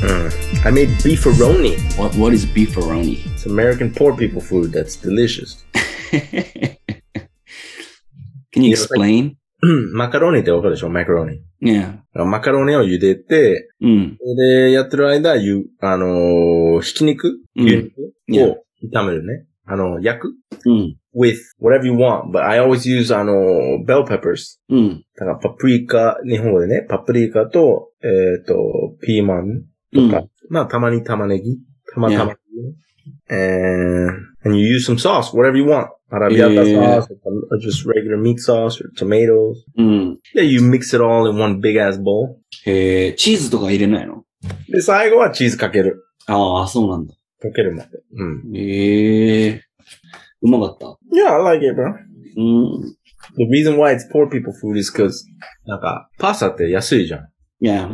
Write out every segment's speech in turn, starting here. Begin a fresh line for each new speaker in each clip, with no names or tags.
Mm. I made beefaroni.
What what is beefaroni?
It's American poor people food that's delicious.
Can you explain?
マカロニってわかるでしょマカロニ。
Yeah.
マカロニを茹でて、
Mm.
それで、やってる間、ゆ、あのーひき肉
うん
牛肉
うん
を炒めるね。あの、焼く
Mm.
with whatever you want, but I always use, あのー bell peppers.
Mm.
だから、パプリカ、日本語でね、パプリカと、えっ、と、ピーマンとか、
Mm.
まあ、たまに玉ねぎ、たま玉ねぎね。And, and you use some sauce, whatever you want. アラビアタ
Yeah.
sauce, or just regular meat sauce, or tomatoes.
Mm.
Yeah, you mix it all in one big ass bowl.
へえ、チーズとか入れないの
で、最後はチーズかける。
ああ、そうなんだ。
かけるまで。うん。
ええうまかった。
Yeah, I like it, bro.
うん。
The reason why it's poor people food is because, なんか、パスタって安いじゃん。
いや、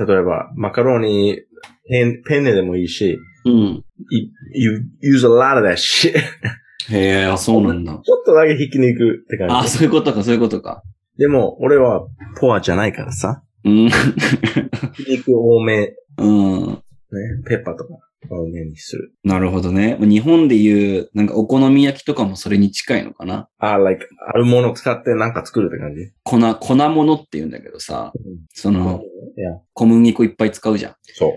例えば、マカロニ、ペン、ペンネでもいいし、
うん。
you, you use a lot of that shit.
へえ、あそうなんだ。
ちょっとだけひき肉って感
あ
じ。
そういうことか、そういうことか。
でも、俺はポアじゃないからさ。
うん。
ひき肉多め、ね、
うん。
ペッパーとか多めにする。
なるほどね。日本でいう、なんかお好み焼きとかもそれに近いのかな。
あ、like、あるもの使ってなんか作るって感じ。
粉、粉物って言うんだけどさ、その、
いや、
小麦粉いっぱい使うじゃん。
そう。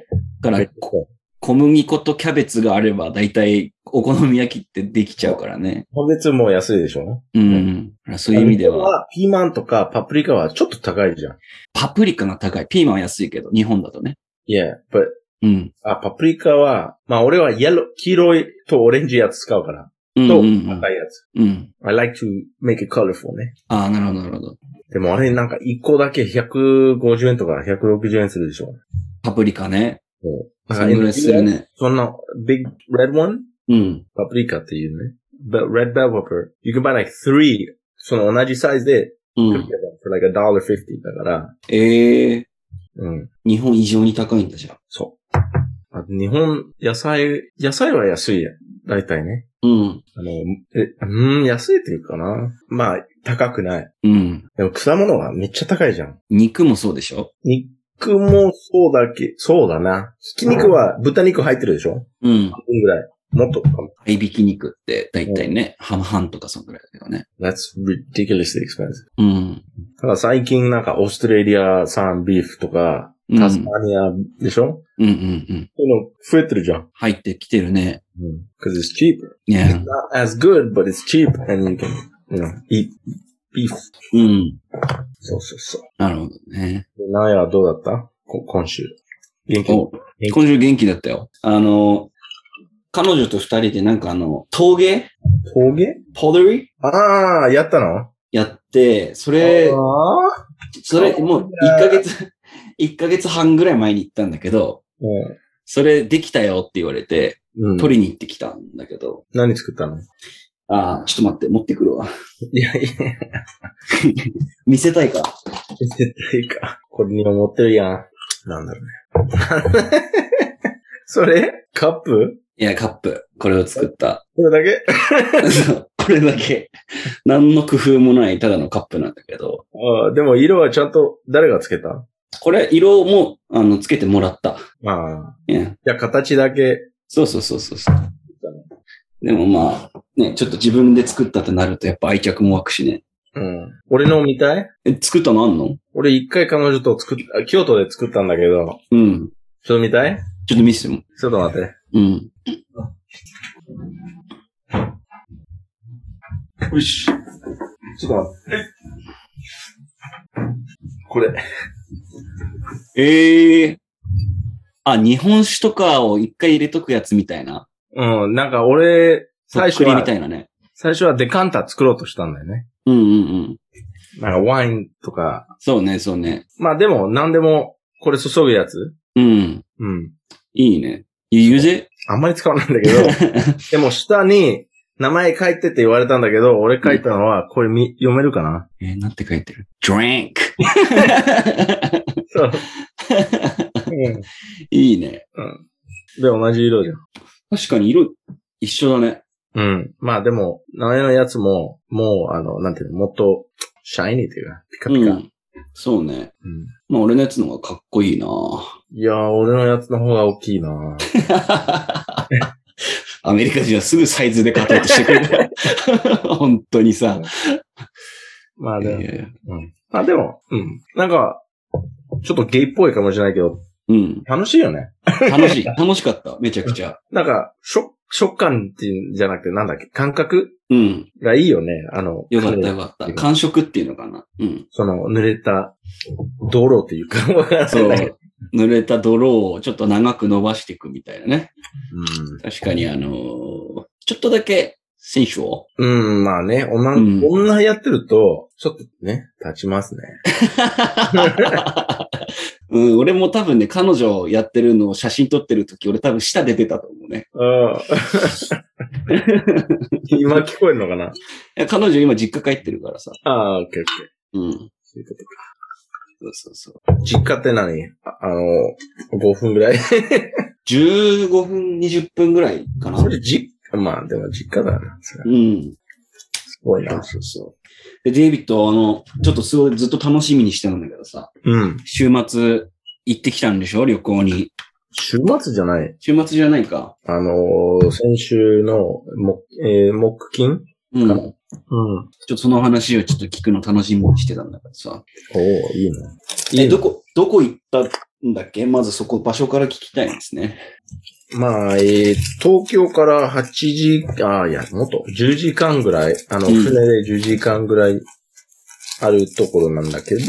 だから、
こ
小麦粉とキャベツがあれば、だいたいお好み焼きってできちゃうからね。
キャベツも安いでしょ
うん。そういう意味では。。
ピーマンとかパプリカはちょっと高いじゃん。
パプリカが高い。ピーマンは安いけど、日本だとね。
Yeah, but
うん。
あ、パプリカは、まあ俺はイエロー、黄色いとオレンジやつ使うから。
うん
と、
うんうん
赤いやつ。
うん。
I like to make it colorful ね。
ああ、なるほど、なるほど。
でもあれなんか1個だけ150円とか160円するでしょ。
パプリカね。
そう。
そのぐらいするね。
そんな、big red one?
うん。
パプリカっていうね。But red bell pepper. You can buy like three. その同じサイズで、
うん。
for like a dollar fifty だから。
ええ
うん。
日本異常に高いんだじゃん。
そう。あ日本、野菜、野菜は安いや。大体ね。
うん。
あの、え、うーん、安いっていうかな。まあ、高くない。
うん。
でも果物はめっちゃ高いじゃん。
肉もそうでしょ
肉もそうだけ、そうだな。ひき肉は豚肉入ってるでしょ
うん。
半分ぐらい。もっとかも。
合いびき肉って、だいたいね、半々とかそんぐらいだけどね。
That's ridiculously expensive.
うん。
ただ最近なんかオーストラリア産ビーフとか、
うん
タスマニアでしょ、
うんうんうん。
そういうの増えてるじゃん。
入ってきてるね。
うん。cause it's cheaper.
ね
Not as good, but it's cheap and you can, you know, eat beef.
うん。
そうそうそ
なるほどね。
う。なやはどうだったこ今週。元気
お、今週元気だったよ。あの、彼女と二人でなんかあの、陶芸
峠
ポドリ
ああ、やったの
やって、それ、
ああ。
それ、もう1ヶ月、 一ヶ月半ぐらい前に行ったんだけど、それできたよって言われて、
うん。
取りに行ってきたんだけど、
何作ったの
ああ、ちょっと待って、持ってくるわ。
いやいや、
見せたいから。
絶対か。これにも持ってるやん。なんだろうね。 それカップ
いや、カップ、これを作った。
これだけ
そうこれだけ、何の工夫もない、ただのカップなんだけど、
ああ、でも色はちゃんと誰がつけた
これ、色も、あの、つけてもらった。
ああ。
いや
じゃあ形だけ。
そうそうそうそうそう。でもまあ、ね、ちょっと自分で作ったとなると、やっぱ愛着も湧くしね。
うん。俺の見たい
え、作ったのあんの
俺一回彼女と作っ、あ京都で作ったんだけど、
うん。
ちょっと見たい
ちょっと見せても。
ちょっと待って。
うん。よし。
ちょっと待って。これ。
ええあ、日本酒とかを一回入れとくやつみたいな。
うん、なんか俺、最初
とっくりみ
は
た、いなね。
最初はデカンタ作ろうとしたんだよね。
うんうんうん。
なんかワインとか。
そうね、そうね。
まあでも、なんでも、これ注ぐやつ
うん。
うん。
いいね。ゆうぜ
あんまり使わないんだ けど、でも下に、名前書いてって言われたんだけど、俺書いたのは、これみ読めるかな
えーなんて書いてる ?drink!
そう。
いいね。
で、同じ色じゃん。
確かに色一緒だね。
うん。まあでも、名前のやつも、もう、あの、なんていうの、もっと、シャイニーというか、ピカ
う
ピカ。
ん。そうね。
うん。
まあ俺のやつの方がかっこいいな
いやー、俺のやつの方が大きい な
アメリカ人はすぐサイズで勝とうとしてくる から。本当にさ。
まあ
いや
で
い
も、
やいや
うん。まあでも、うん。なんか、ちょっとゲイっぽいかもしれないけど、
うん。
楽しいよね。
楽しい。楽しかった。めちゃくちゃ。
なんか、食、食感っていうんじゃなくて、なんだっけ、感覚
うん。
がいいよね。あの、
よかったよかった。感触っていうのかな。うん。
その、濡れた泥というか、わ から
そ。
ないう
濡れた泥をちょっと長く伸ばしていくみたいなね。確かにあのーちょっとだけ選手を。
うん、まあね、女、
うん
女やってると、ちょっとね、立ちますね。
うん、俺も多分ね、彼女やってるのを写真撮ってる時、俺多分舌出てたと思うね。
うん。 今聞こえるのかない
や彼女今実家帰ってるからさ。
ああ、オッケーオッケー。
うん。
そういうことか
そうそうそう。
実家って何ああの、5分ぐ らい
15分、20分ぐらいかな。
それ実家、まあでも実家だな。それ
うん。
すごい
そう
な。
そうそう。で、デイビッド、あの、ちょっとすごいずっと楽しみにしてたんだけどさ、
うん。
週末行ってきたんでしょ旅行に。
週末じゃない。
週末じゃないか。
あの、先週の、も、えー、木金
うん。ち
か
ょ
うん。
っとその話をちょっと聞くの楽しみにしてたんだけどさ。
おおいいね。い
え、
いね
どこ、どこ行ったんだっけまずそこ、場所から聞きたいんですね。
まあ、えー、東京から8時、ああ、いや、もっと、10時間ぐらい、あの、
うん
船で10時間ぐらいあるところなんだけど、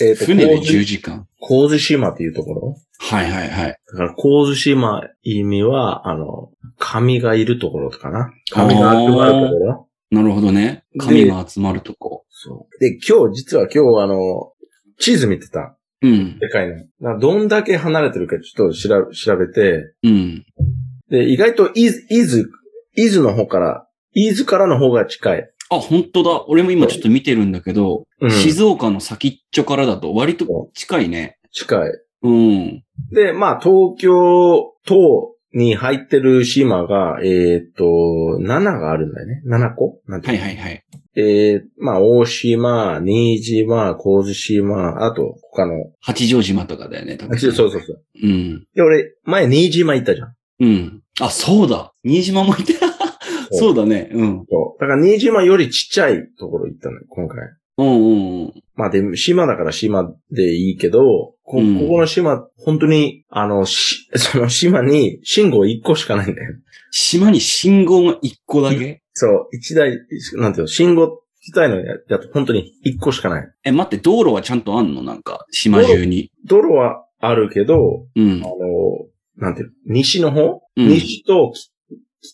えっ、と、
船で
神津
10時間。
神津島っていうところ
はいはいはい。
だから、神津島意味は、あの、神がいるところかな神が集まるところ
なるほどね。神が集まるとこ。
そう。で、今日、実は今日、あの、地図見てた。
うん。
でかいの。だからどんだけ離れてるかちょっと調べ、調べて、
うん。
で、意外と伊豆、伊豆、伊豆の方から、伊豆からの方が近い。
あ、本当だ。俺も今ちょっと見てるんだけど、
うん、
静岡の先っちょからだと割と近いね。
近い。
うん。
で、まあ、東京都に入ってる島が、えーっと、7があるんだよね。7個なんて
はいはいはい。
えー、まあ、大島、新島、神津島、あと、他の。
八丈島とかだよね、多
あ
分。
ちそうそうそう。
うん。
で、俺、前、新島行ったじゃん。
うん。あ、そうだ。新島もいて。そうだね。うん。
そう。だから、新島よりちっちゃいところ行ったのよ、今回。
うんうんうん。
まあ、で、島だから島でいいけど、こ、ここ
うん
の島、本当に、あの、し、 その島に、信号1個しかないんだよ。
島に信号が一個だけ
そう、一台、なんていうの、信号自体のや、やと本当に1個しかない。
え、待って、道路はちゃんとあんのなんか、島中に。
道路はあるけど、
うん
あ。の、なんていうの、西の方、
うん
西とき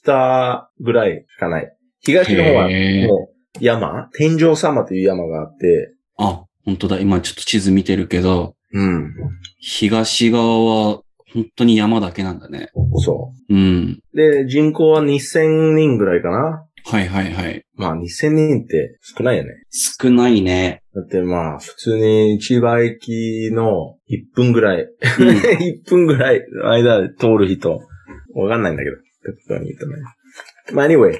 北ぐらいしかない。東の方は
へー
もう山天井様という山があって、
あ、本当だ。今ちょっと地図見てるけど、
うん。
東側は本当に山だけなんだね。
そ
うん。
う。で、人口は2000人ぐらいかな。
はいはいはい。
まあ2000人って少ないよね。
少ないね。
だってまあ普通に千葉駅の1分ぐらい、
うん
1分ぐらいの間で通る人、わかんないんだけど、適当に言うとね。まあ anyway、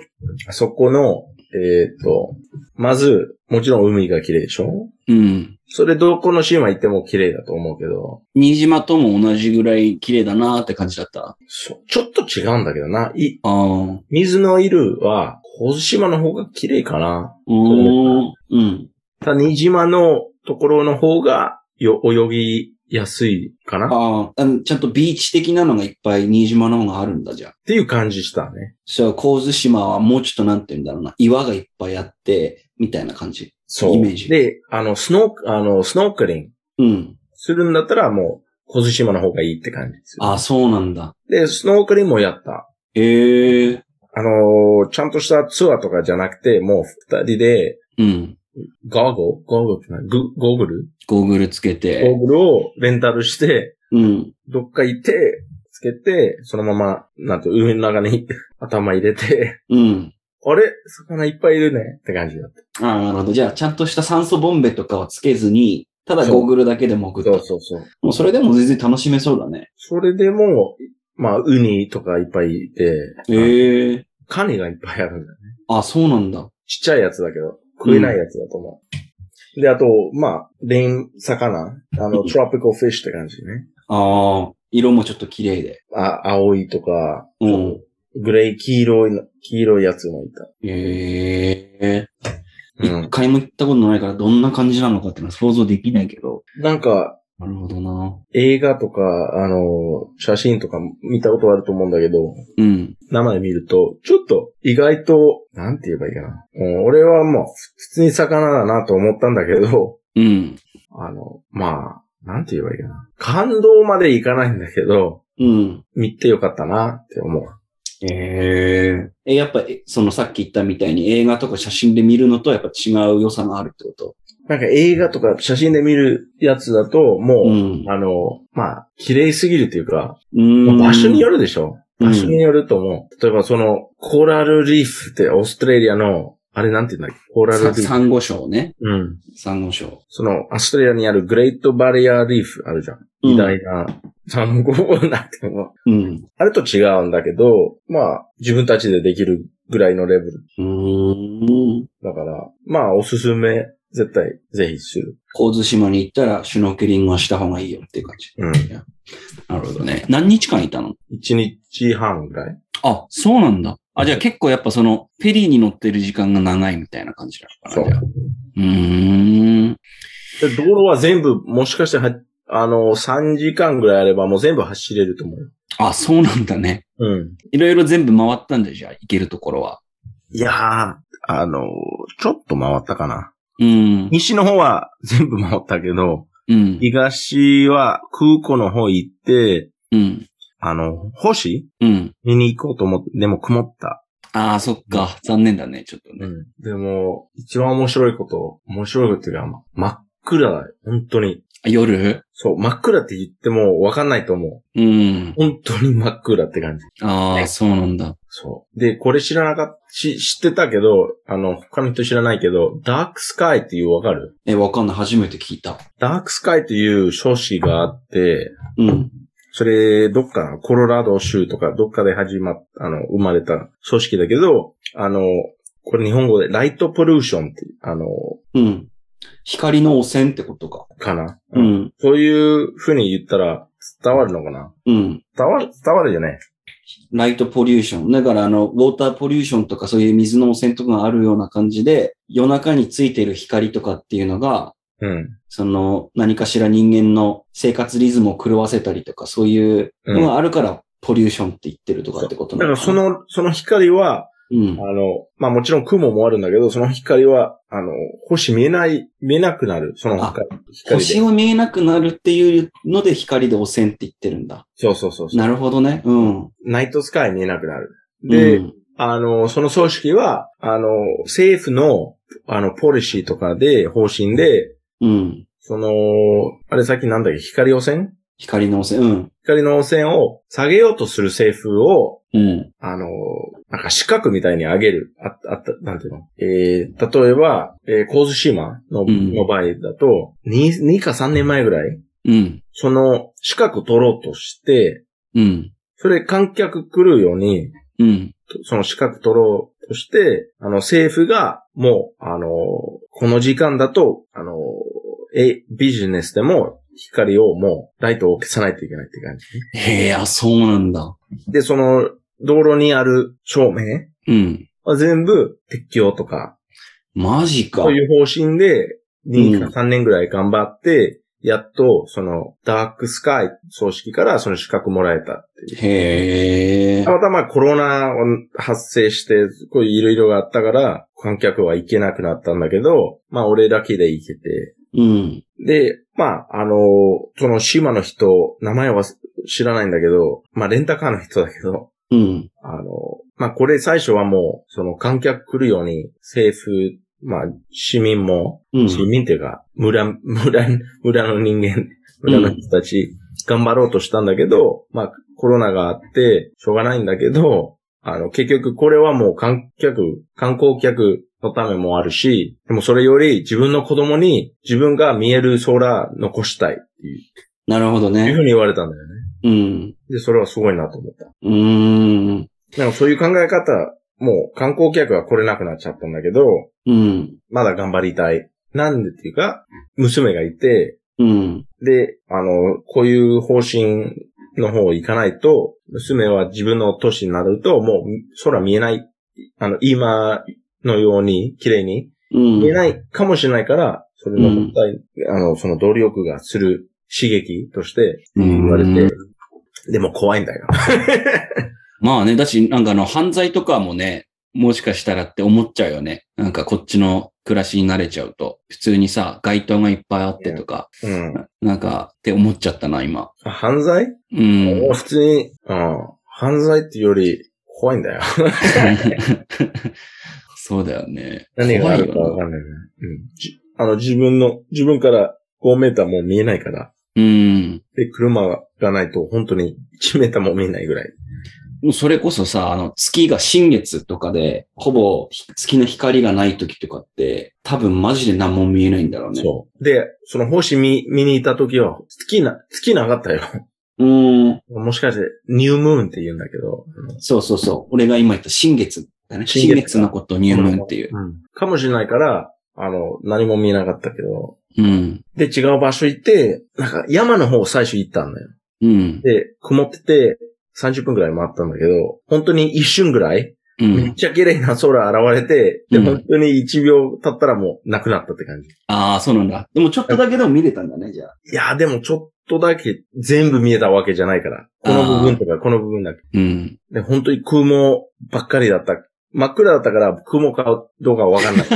そこの、えーっと、まず、もちろん海が綺麗でしょ
うん。
それどこの島行っても綺麗だと思うけど、
新島とも同じぐらい綺麗だなーって感じだった。
そうちょっと違うんだけどな。い、
あー。
水のいるは、小津島の方が綺麗かな。
おー。うん。
ただ、新島のところの方が、よ、泳ぎやすいかなっ
あーあの。ちゃんとビーチ的なのがいっぱい新島の方があるんだじゃん。
ていう感じしたね。
そう、神津島はもうちょっとなんて言うんだろうな。岩がいっぱいあって、みたいな感じ。
そう。
イメージ
で、あの、スノー、あの、スノークリング
うん。
するんだったらもう、小津島の方がいいって感じです。
あー、そうなんだ。
で、スノークリングもやった。
ええー。
あのーちゃんとしたツアーとかじゃなくて、もう二人で、
うん。
ゴーグルゴーグルって何グゴーグル
ゴーグルつけ
ゴー
て。
グルをレンタルして、
うん。
どっか行って、つけて、そのまま、なんと、海の中に 頭入れて、
うん。
あれ魚いっぱいいるねって感じだった。
ああ、なるほど。じゃあ、ちゃんとした酸素ボンベとかはつけずに、ただ
そう
ゴーグルだけで潜った。
そうそうそう。
もうそれでも全然楽しめそうだね。
それでも、まあ、ウニとかいっぱいいて、
ええ
カニがいっぱいあるんだよ。
あ、そうなんだ。
ちっちゃいやつだけど、食えないやつだと思で、あと、まあ、レイン魚。あの、トロピカルフィッシュって感じね。
ああ、色もちょっと綺麗で。
あ、青いとか、
うん。
グレー、黄色いの、黄色いやつもいた。
ええ
う
一
ん。
回も行ったことないからどんな感じなのかっていうのは想像できないけど。
なんか、
なるほどな。
映画とか、あの、写真とか見たことあると思うんだけど、
うん。
生で見ると、ちょっと意外と、なんて言えばいいかな。うん、俺はもう、普通に魚だなと思ったんだけど、
うん。
あの、まあ、なんて言えばいいかな。感動までいかないんだけど、
うん。
見てよかったなって思う。
えー、え。やっぱ、えそのさっき言ったみたいに映画とか写真で見るのとやっぱ違う良さがあるってこと
なんか映画とか写真で見るやつだと、もう、
ん。
あの、まあ、綺麗すぎるというか、
うん
場所によるでしょ
うん
場所によると思う。例えばその、コーラルリーフってオーストラリアの、あれなんて言うんだっけコーラルリ
さ
ーフ。
サンゴ礁ね。
うん。
サンゴ礁。
その、オーストラリアにあるグレートバリアリーフあるじゃん。偉大な産後なんてもう。
うん。
あれと違うんだけど、まあ、自分たちでできるぐらいのレベル。
うん。
だから、まあ、おすすめ、絶対、ぜひする。
神津島に行ったらシュノーケリングはした方がいいよっていう感じ。
うん。
なるほどね。何日間いたの
一日半ぐらい
あ、そうなんだ。あ、じゃあ結構やっぱその、フェリーに乗ってる時間が長いみたいな感じなのか
そ
な。
う
じゃあ。うーん。
で、道路は全部、もしかしては、あの、3時間ぐらいあればもう全部走れると思うよ。
あ、そうなんだね。
うん。
いろいろ全部回ったんだじゃあ、行けるところは。
いやー、あの、ちょっと回ったかな。
うん。
西の方は 全部回ったけど、
うん。
東は空港の方行って、
うん。
あの、星
うん。
見に行こうと思って、でも曇った。
ああ、そっか。残念だね、ちょっとね。
ん。でも、一番面白いこと、面白いことっていうか、真っ暗だよ。本当に。
あ夜
そう、真っ暗って言ってもわかんないと思う。
うん。
本当に真っ暗って感じ。
ああ、そうなんだ。
そう。で、これ知らなかった、し、知ってたけど、あの、他の人知らないけど、ダークスカイっていうわかる
え、わかんない。初めて聞いた。
ダークスカイっていう書誌があって、
うん。
それ、どっか、コロラド州とか、どっかで始まっ、あの、生まれた組織だけど、あの、これ日本語で、ライトポリューションっていう、あの、
うん。光の汚染ってことか。
かな。
うん。
そういう風に言ったら、伝わるのかな
うん。
伝わる、伝わるよね。
ライトポリューション。だから、あの、ウォーターポリューションとかそういう水の汚染とかがあるような感じで、夜中についてる光とかっていうのが、
うん。
その、何かしら人間の生活リズムを狂わせたりとか、そういうのがあるから、ポリューションって言ってるとかってこと
だ
な
か
の
らそ
かな
の、その光は、
うん
あ。の、まあもちろん雲もあるんだけど、その光は、あの、星見えない、見えなくなる、その光光
星
で。
を見えなくなるっていうので光で汚染って言ってるんだ。
そうそうそうそう。
なるほどね。うん。
ナイトスカイ見えなくなる。で、
うん、
あの、その組織は、あの、政府の、あの、ポリシーとかで、方針で、
うん。
その、あれさっきなんだっけ、光汚染
光の汚染。うん。
光の汚染を下げようとする政府を、
うん。
あの、なんか四角みたいに上げる。あ、あった、なんていうのえー、例えば、えー、神津島の、
うん
の場合だと、2、2か3年前ぐらい
うん。
その資格取ろうとして、
うん。
それ観客来るように、
うん。
とその資格取ろうとして、あの政府がもう、あの、この時間だと、あの、え、ビジネスでも光をもうライトを消さないといけないって感じ。
へえ、あ、そうなんだ。
で、その道路にある照明
うん。
は全部鉄橋とか、
マジか。
そういう方針で、
う
2
ん
か3年ぐらい頑張って、やっと、その、ダークスカイ葬式からその資格もらえたっていう。
へえ
た。またまコロナを発生して、こういろいろがあったから、観客は行けなくなったんだけど、まあ俺だけで行けて。
うん。
で、まあ、あの、その島の人、名前は知らないんだけど、まあレンタカーの人だけど、
うん。
あの、まあこれ最初はもう、その観客来るように、政府、まあ市民も、
うん。
市民っていうか、村、村、村の人間、村の人たち、頑張ろうとしたんだけど、まあ、コロナがあって、しょうがないんだけど、あの、結局これはもう観客、観光客のためもあるし、でもそれより自分の子供に自分が見える空残したいっていう
なるほ
いうふ
ど
う
ね。
に言われたんだよね。
うん。
で、それはすごいなと思った。
うーん。
なんかそういう考え方、もう観光客は来れなくなっちゃったんだけど、
うん。
まだ頑張りたい。なんでっていうか、娘がいて、
うん。
で、あの、こういう方針の方行かないと、娘は自分の歳になると、もう空見えない、あの、今のように、綺麗に、
うん。
見えないかもしれないから、それのもったい、あの、その動力がする刺激として言われて、
うん
でも怖いんだよ。
まあね、だし、なんかあの、犯罪とかもね、もしかしたらって思っちゃうよね。なんかこっちの暮らしに慣れちゃうと。普通にさ、街灯がいっぱいあってとか、
うん。
なんかって思っちゃったな、今。
あ犯罪、
う
も
ん
う。普通に、うん、犯罪っていうより怖いんだよ。
そうだよね。
何があるか
怖い
わ
よ
かんないね。うん。じあの、自分の、自分から5メーターも見えないから。
なうん。
で、車がないと本当に1メーターも見えないぐらい。
もうそれこそさ、あの、月が新月とかで、ほぼひ月の光がない時とかって、多分マジで何も見えないんだろうね。
そう。で、その星見、見に行った時は、月な、月なかったよ。
う。うん。
もしかして、ニュームーンって言うんだけど。
そうそうそう。俺が今言った新月だね。
新
新
月
月のことを入門っていう。
うん。かもしれないから、あの、何も見えなかったけど。
うん。
で、違う場所行って、なんか山の方最初行ったんだよ。
うん。
で、曇ってて、30分ぐらい回ったんだけど、本当に一瞬ぐらい、
う
めっ
ん。
ちゃ綺麗な空現れて、で、
うん
本当に1秒経ったらもうなくなったって感じ。
ああ、そうなんだ。でもちょっとだけでも見れたんだね、じゃあ。
いや、でもちょっとだけ全部見えたわけじゃないから。この部分とかこの部分だけ。
うん。
で、本当に空網ばっかりだった。真っ暗だったから雲かどうかわかん ない。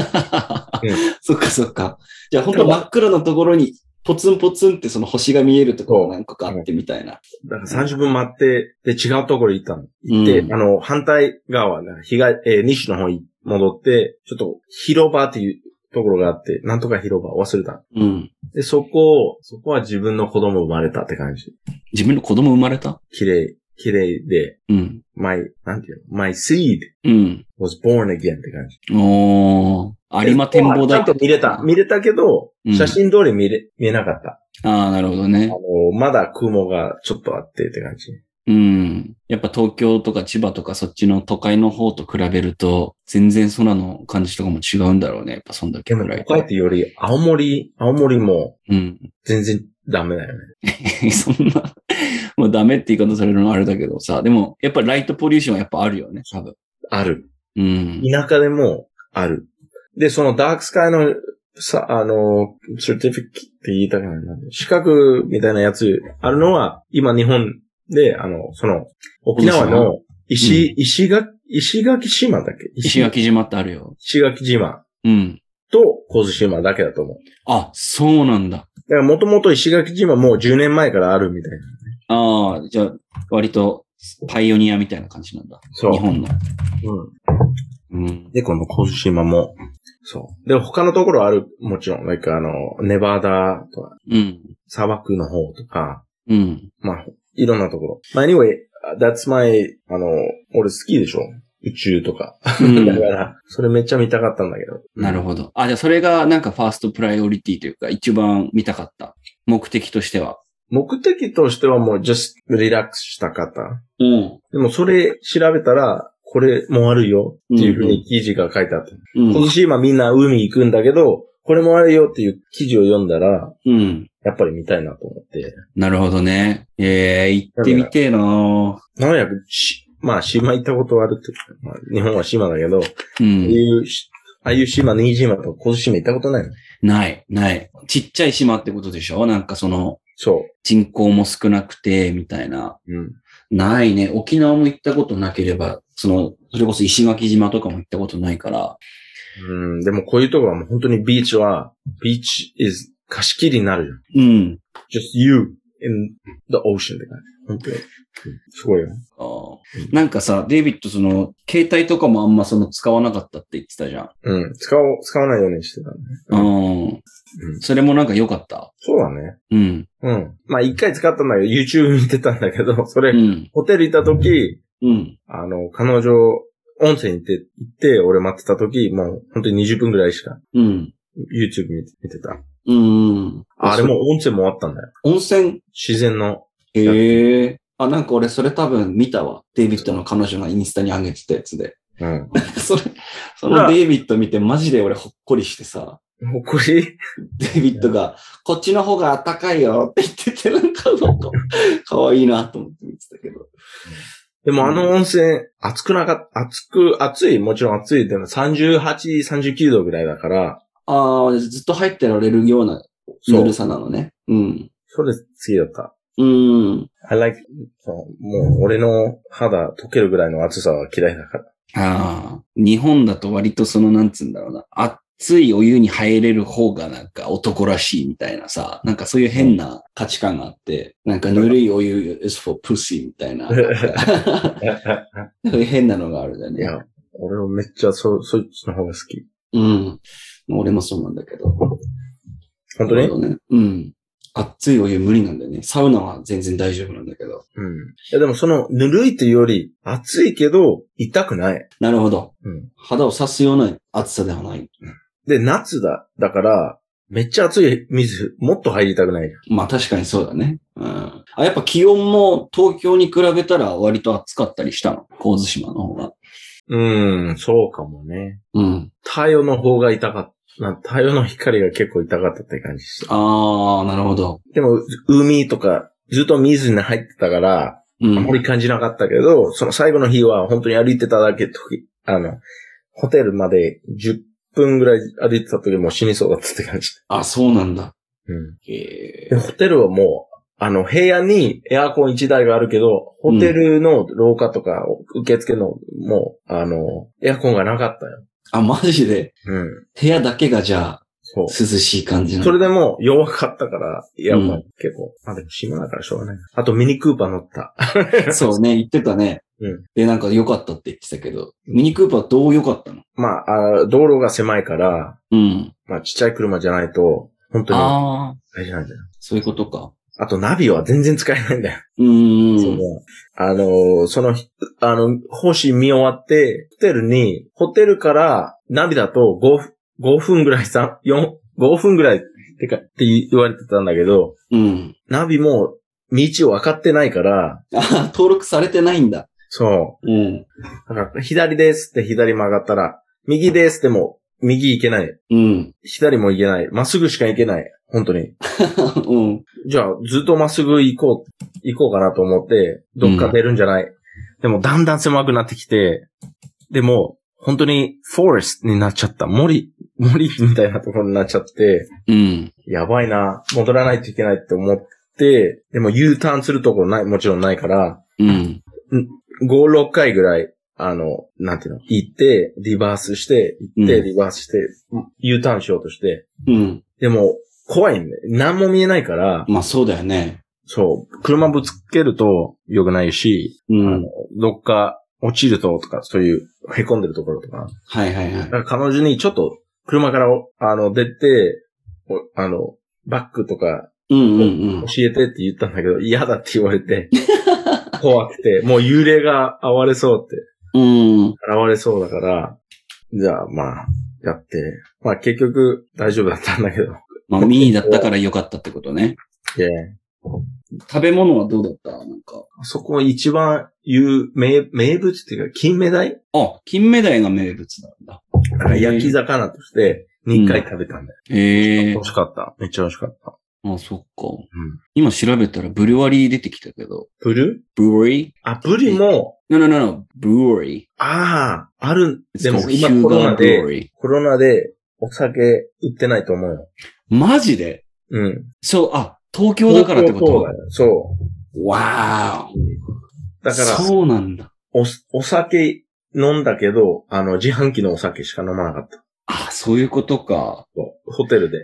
そっかそっか。じゃあ本当真っ暗なところに、ポツンポツンってその星が見えるところが何個かあってみたいな。
だから30分待って、で、違うところ行ったの。行って、
うん
あの、反対側、なんか東、えー西の方に戻って、ちょっと広場っていうところがあって、なんとか広場忘れた。
うん。
で、そこを、そこは自分の子供生まれたって感じ。
自分の子供生まれた
綺麗、綺麗で、
うん。
my, なんていうの ?my seed
うん。
was born again って感じ。
おー。有馬展望
ちゃ
台
んと見れた。見れたけど
う、ん
写真通り見れ、見えなかった。
ああ、なるほど
あ
ね。
の、まだ雲がちょっとあってって感じ。
うん。やっぱ東京とか千葉とかそっちの都会の方と比べると、全然空の感じとかも違うんだろうね。やっぱそんだけ
でも
ぐらい。
都会っていうより、青森、青森も
うん。
全然ダメだよね。
そん な、もうダメって言い方されるのはあれだけどさ、でも、やっぱライトポリューションはやっぱあるよね、多分。
ある。
うん。
田舎でもある。で、そのダークスカイの、さ、あの、セーティフィキって言いたくないな。資格みたいなやつあるのは、今日本で、あの、その、沖縄の石、石垣、石垣島だっけ
石垣島ってあるよ。
石垣島
うん。
と小津島だけだと思う。
あ、そうなんだ。
だからもともと石垣島もう10年前からあるみたいな。
ああ、じゃあ、割と、パイオニアみたいな感じなんだ。
そう。
日本の。
うん。
うん。
で、この小津島も。そう。で、他のところある、もちろん。なんかあの、ネバダとか、
うん。
砂漠の方とか、
うん。
まあ、いろんなところ。まあ、anyway, that's my, あの、俺好きでしょ宇宙とか。
う ん
だから、それめっちゃ見たかったんだけど。
なるほど。あ、じゃあそれがなんかファーストプライオリティというか、一番見たかった。目的としては。
目的としてはもう、just relax したかった。
うん。
でも、それ調べたら、これもあるよっていうふうに記事が書いてあった。
うん
今。年今みんな海行くんだけど、これもあるよっていう記事を読んだら、
うん。
やっぱり見たいなと思って。
なるほどね。ええ行ってみてえなぁ
なんや、しまあ島行ったことはあるって、まあ、日本は島だけど、
う
ああ
ん。
いうし、ああいう島、新島とか小豆島行ったことないの
ない、ない。ちっちゃい島ってことでしょなんかその、
そ
人口も少なくて、みたいな。
う。うん。
ないね。沖縄も行ったことなければ、その、それこそ石垣島とかも行ったことないから。
うん、でもこういうとこはもう本当にビーチは、ビーチ is 貸し切りになるよ。
うん。
just you in the ocean って感じ。本当に。うんすごいよ。
あーなんかさ、デイビッドその、携帯とかもあんまその使わなかったって言ってたじゃん。
うん。使おう、使わないようにしてたね。
うん。
うん。
それもなんか良かった。
そうだね。
うん。
うん。まあ一回使ったんだけど、YouTube 見てたんだけど、それ
うん。
ホテル行った時、
うん。
あの、彼女、温泉行って、行って、俺待ってた時、もう本当に20分くらいしか、
うん。
YouTube 見て見てた。
うん。
あれも温泉もあったんだよ。
温泉
自然の。
へえ。あ、なんか俺それ多分見たわ。デイビッドの彼女がインスタに上げてたやつで。
うん。
それ、そのデイビッド見てマジで俺ほっこりしてさ。
誇り
デビットが、こっちの方が高いよって言ってて、なんかなんか、かわいいなと思って見てたけど。
でもあの温泉、暑くなかった、暑く、暑い、もちろん暑いでも38、39度ぐらいだから、
ああ、ずっと入ってられるような
そ
ぬ
う
る。さなのね。うん。
それ次だった。
うん。
I like, そうもう俺の肌溶けるぐらいの暑さは嫌いだから。
ああ、日本だと割とその、なんつうんだろうな、熱いお湯に入れる方がなんか男らしいみたいなさ、なんかそういう変な価値観があって、なんかぬるいお湯 is for pussy み たいな、そういう変なのがあるんだよ
い
ね。
や、俺はめっちゃそ、そっちの方が好き。
うん。俺もそうなんだけど。
本当に
そうだねうん。熱いお湯無理なんだよね。サウナは全然大丈夫なんだけど。
うん。いやでもその、ぬるいというより、暑いけど、痛くない。
なるほど。
うん。
肌を刺すような暑さではない。
で、夏だ、だから、めっちゃ暑い水、もっと入りたくない。
まあ確かにそうだね。うん。あ、やっぱ気温も東京に比べたら割と暑かったりしたの。神津島の方が。
うん、そうかもね。
うん。
太陽の方が痛かった。な太陽の光が結構痛かったって感じした。
あー、なるほど。
でも、う海とか、ずっと水に入ってたから、
う
あんまり
ん。
感じなかったけど、その最後の日は本当に歩いてただけ、ときあの、ホテルまで10分ぐらい歩いてた時もう死にそうだったって感じ。
あ、そうなんだ。
うん。で、
へー
ホテルはもう、あの、部屋にエアコン1台があるけど、ホテルの廊下とか、受付の、もう、あの、エアコンがなかったよ。
あ、マジで。
うん。
部屋だけがじゃあ、
そう。
涼しい感じな
そ
の。
れでも弱かったから、いや、
うん
もう結構、まあでも島だからしょうがない。あとミニクーパー乗った。
そうね、言ってたね。
うん。
で、なんか良かったって言ってたけど、ミニクーパーどう良かったの
まああ、道路が狭いから、
うん。
まあちっちゃい車じゃないと、本当に
ああ。
大事なんじゃない
そういうことか。
あとナビは全然使えないんだよ。
うーん。
そのあのー、その、あの、星見終わって、ホテルに、ホテルからナビだと5、5分ぐらい、3、4、5分ぐらいってか、って言われてたんだけど、
うん。
ナビも道を分かってないから、
あー登録されてないんだ。
そう。
うん。
なんか左ですって左曲がったら、右ですっても、右行けない。
うん。
左も行けない。まっすぐしか行けない。本当に。
うん。
じゃあ、ずっとまっすぐ行こう、行こうかなと思って、どっか出るんじゃない。でも、だんだん狭くなってきて、でも、本当に、フォレストになっちゃった。森、森みたいなところになっちゃって、
うん。
やばいな。戻らないといけないって思って、でも U ターンするところない、もちろんないから、
うん。
5、6回ぐらい、あの、なんていうの、行って、リバースして、行って、
うん
リバースして、U ターンしようとして。
うん。
でも、怖いんだよ。何も見えないから、
まあそうだよね。
そう、車ぶつけると良くないし、
う
あ
ん。
のどっか落ちるととか、そういう、凹んでるところとか。
はいはいはい
だ。から彼女にちょっと、車からお、あの、出て、おあの、バックとか
うんうんうん。
教えてって言ったんだけど、嫌だって言われ て、怖くて、もう幽霊が哀れそうって。
うん。
現れそうだから、じゃあまあ、やって。まあ結局大丈夫だったんだけど。
まあミニだったから良かったってことね。
で、
食べ物はどうだったなんか。
あそこ一番有名、名物っていうか、金目鯛
あ、金目鯛が名物なんだ。
なんか焼き魚として2回食べたんだよ。
へえ
美。味しかった。めっちゃ美味しかった。
あ、そっか。
うん。
今調べたらブルワリー出てきたけど。
ブル
ブワリ
あ、ブリも、
ー ?No, no, no, no. ブワリ
ああ、ある。
ー。
でも今コロナで、
で。
コロナでお酒売ってないと思うよ。
マジで
うん。
そう、あ、東京だからってこと
そうだよそう。
わー
だから、
そうなんだ。
お、お酒飲んだけど、あの、自販機のお酒しか飲まなかった。
あ、そういうことか。
そうホテルで。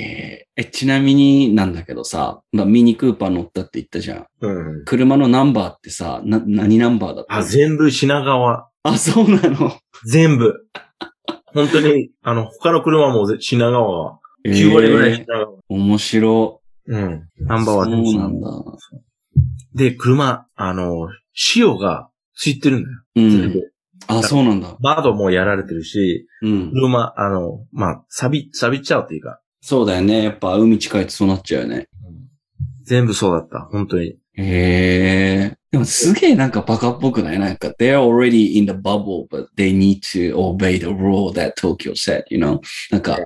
へーえ、ちなみになんだけどさ、まあミニクーパー乗ったって言ったじゃん。
うん。
車のナンバーってさ、な、何ナンバーだった
あ、全部品川。
あ、そ うなの。
全部。本当に、あの、他の車もぜ品川は。9割ぐらい
へー
品川。
面白。
うん。ナンバーは
そ
全部
う
品
なん
川。
だ。
で、車、あの、塩がついてるんだよ。
う
全
ん。
部。
あ、そうなんだ。
窓もやられてるし、
うん。
車、あの、まあ、錆び、錆びちゃうっていうか。
そうだよね。やっぱ海近いとそうなっちゃうよね。
全部そうだった。本当 に。
へえ。でもすげえなんかバカっぽくないなんか、they're already in the bubble, but they need to obey the rule that Tokyo set, you know? なんか、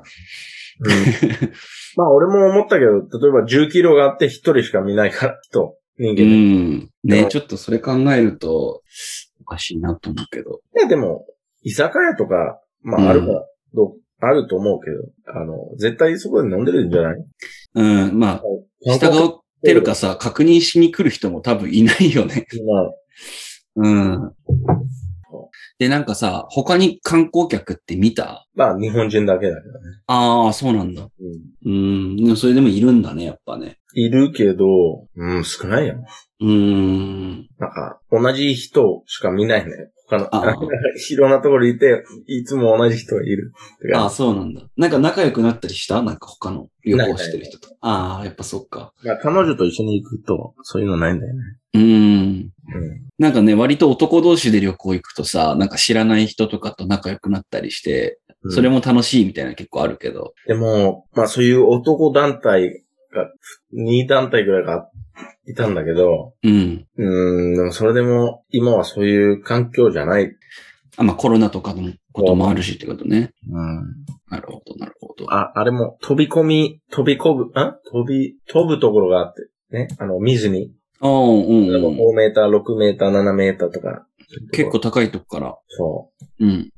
まあ俺も思ったけど、例えば10キロがあって1人しか見ないから、人、人
う
間。い
ん。
で
ね
も
ちょっとそれ考えると、おかしいなと思うけど。
やでも、居酒屋とか、ま
うん
ああるもん、どあると思うけど、あの、絶対そこで飲んでるんじゃない
うん、まあ、
観光
従ってるかさ、確認しに来る人も多分いないよね。
客いない
うん。で、なんかさ、他に観光客って見た
まあ日本人だけだけどね。
ああ、そうなんだ。
うん
うん。でもそれでもいるんだね、やっぱね。
いるけど、うん、少ないよ。
うん。
なんか、同じ人しか見ないね。他の、
あ
いろんなところにいて、いつも同じ人がいる。てか
ああ、そうなんだ。なんか仲良くなったりしたなんか他の旅行してる人と。ああ、やっぱそっか。
まあ、彼女と一緒に行くと、そういうのないんだよね。
うん。
うん。
なんかね、割と男同士で旅行行くとさ、なんか知らない人とかと仲良くなったりして、
うん
それも楽しいみたいな結構あるけど。
でも、まあそういう男団体が、2団体ぐらいがいたんだけど、
うん。
うん、でもそれでも、今はそういう環境じゃない。
あ、まあコロナとかのこともあるしってことね。
うん。
なるほど、なるほど。
あ、あれも、飛び込み、飛び込む、あ飛び、飛ぶところがあって、ね。あの、水に。
ああ、うん、
でも
うん。
5メーター、6メーター、7メーターとか。
結構。高いとこから。
そう。
うん。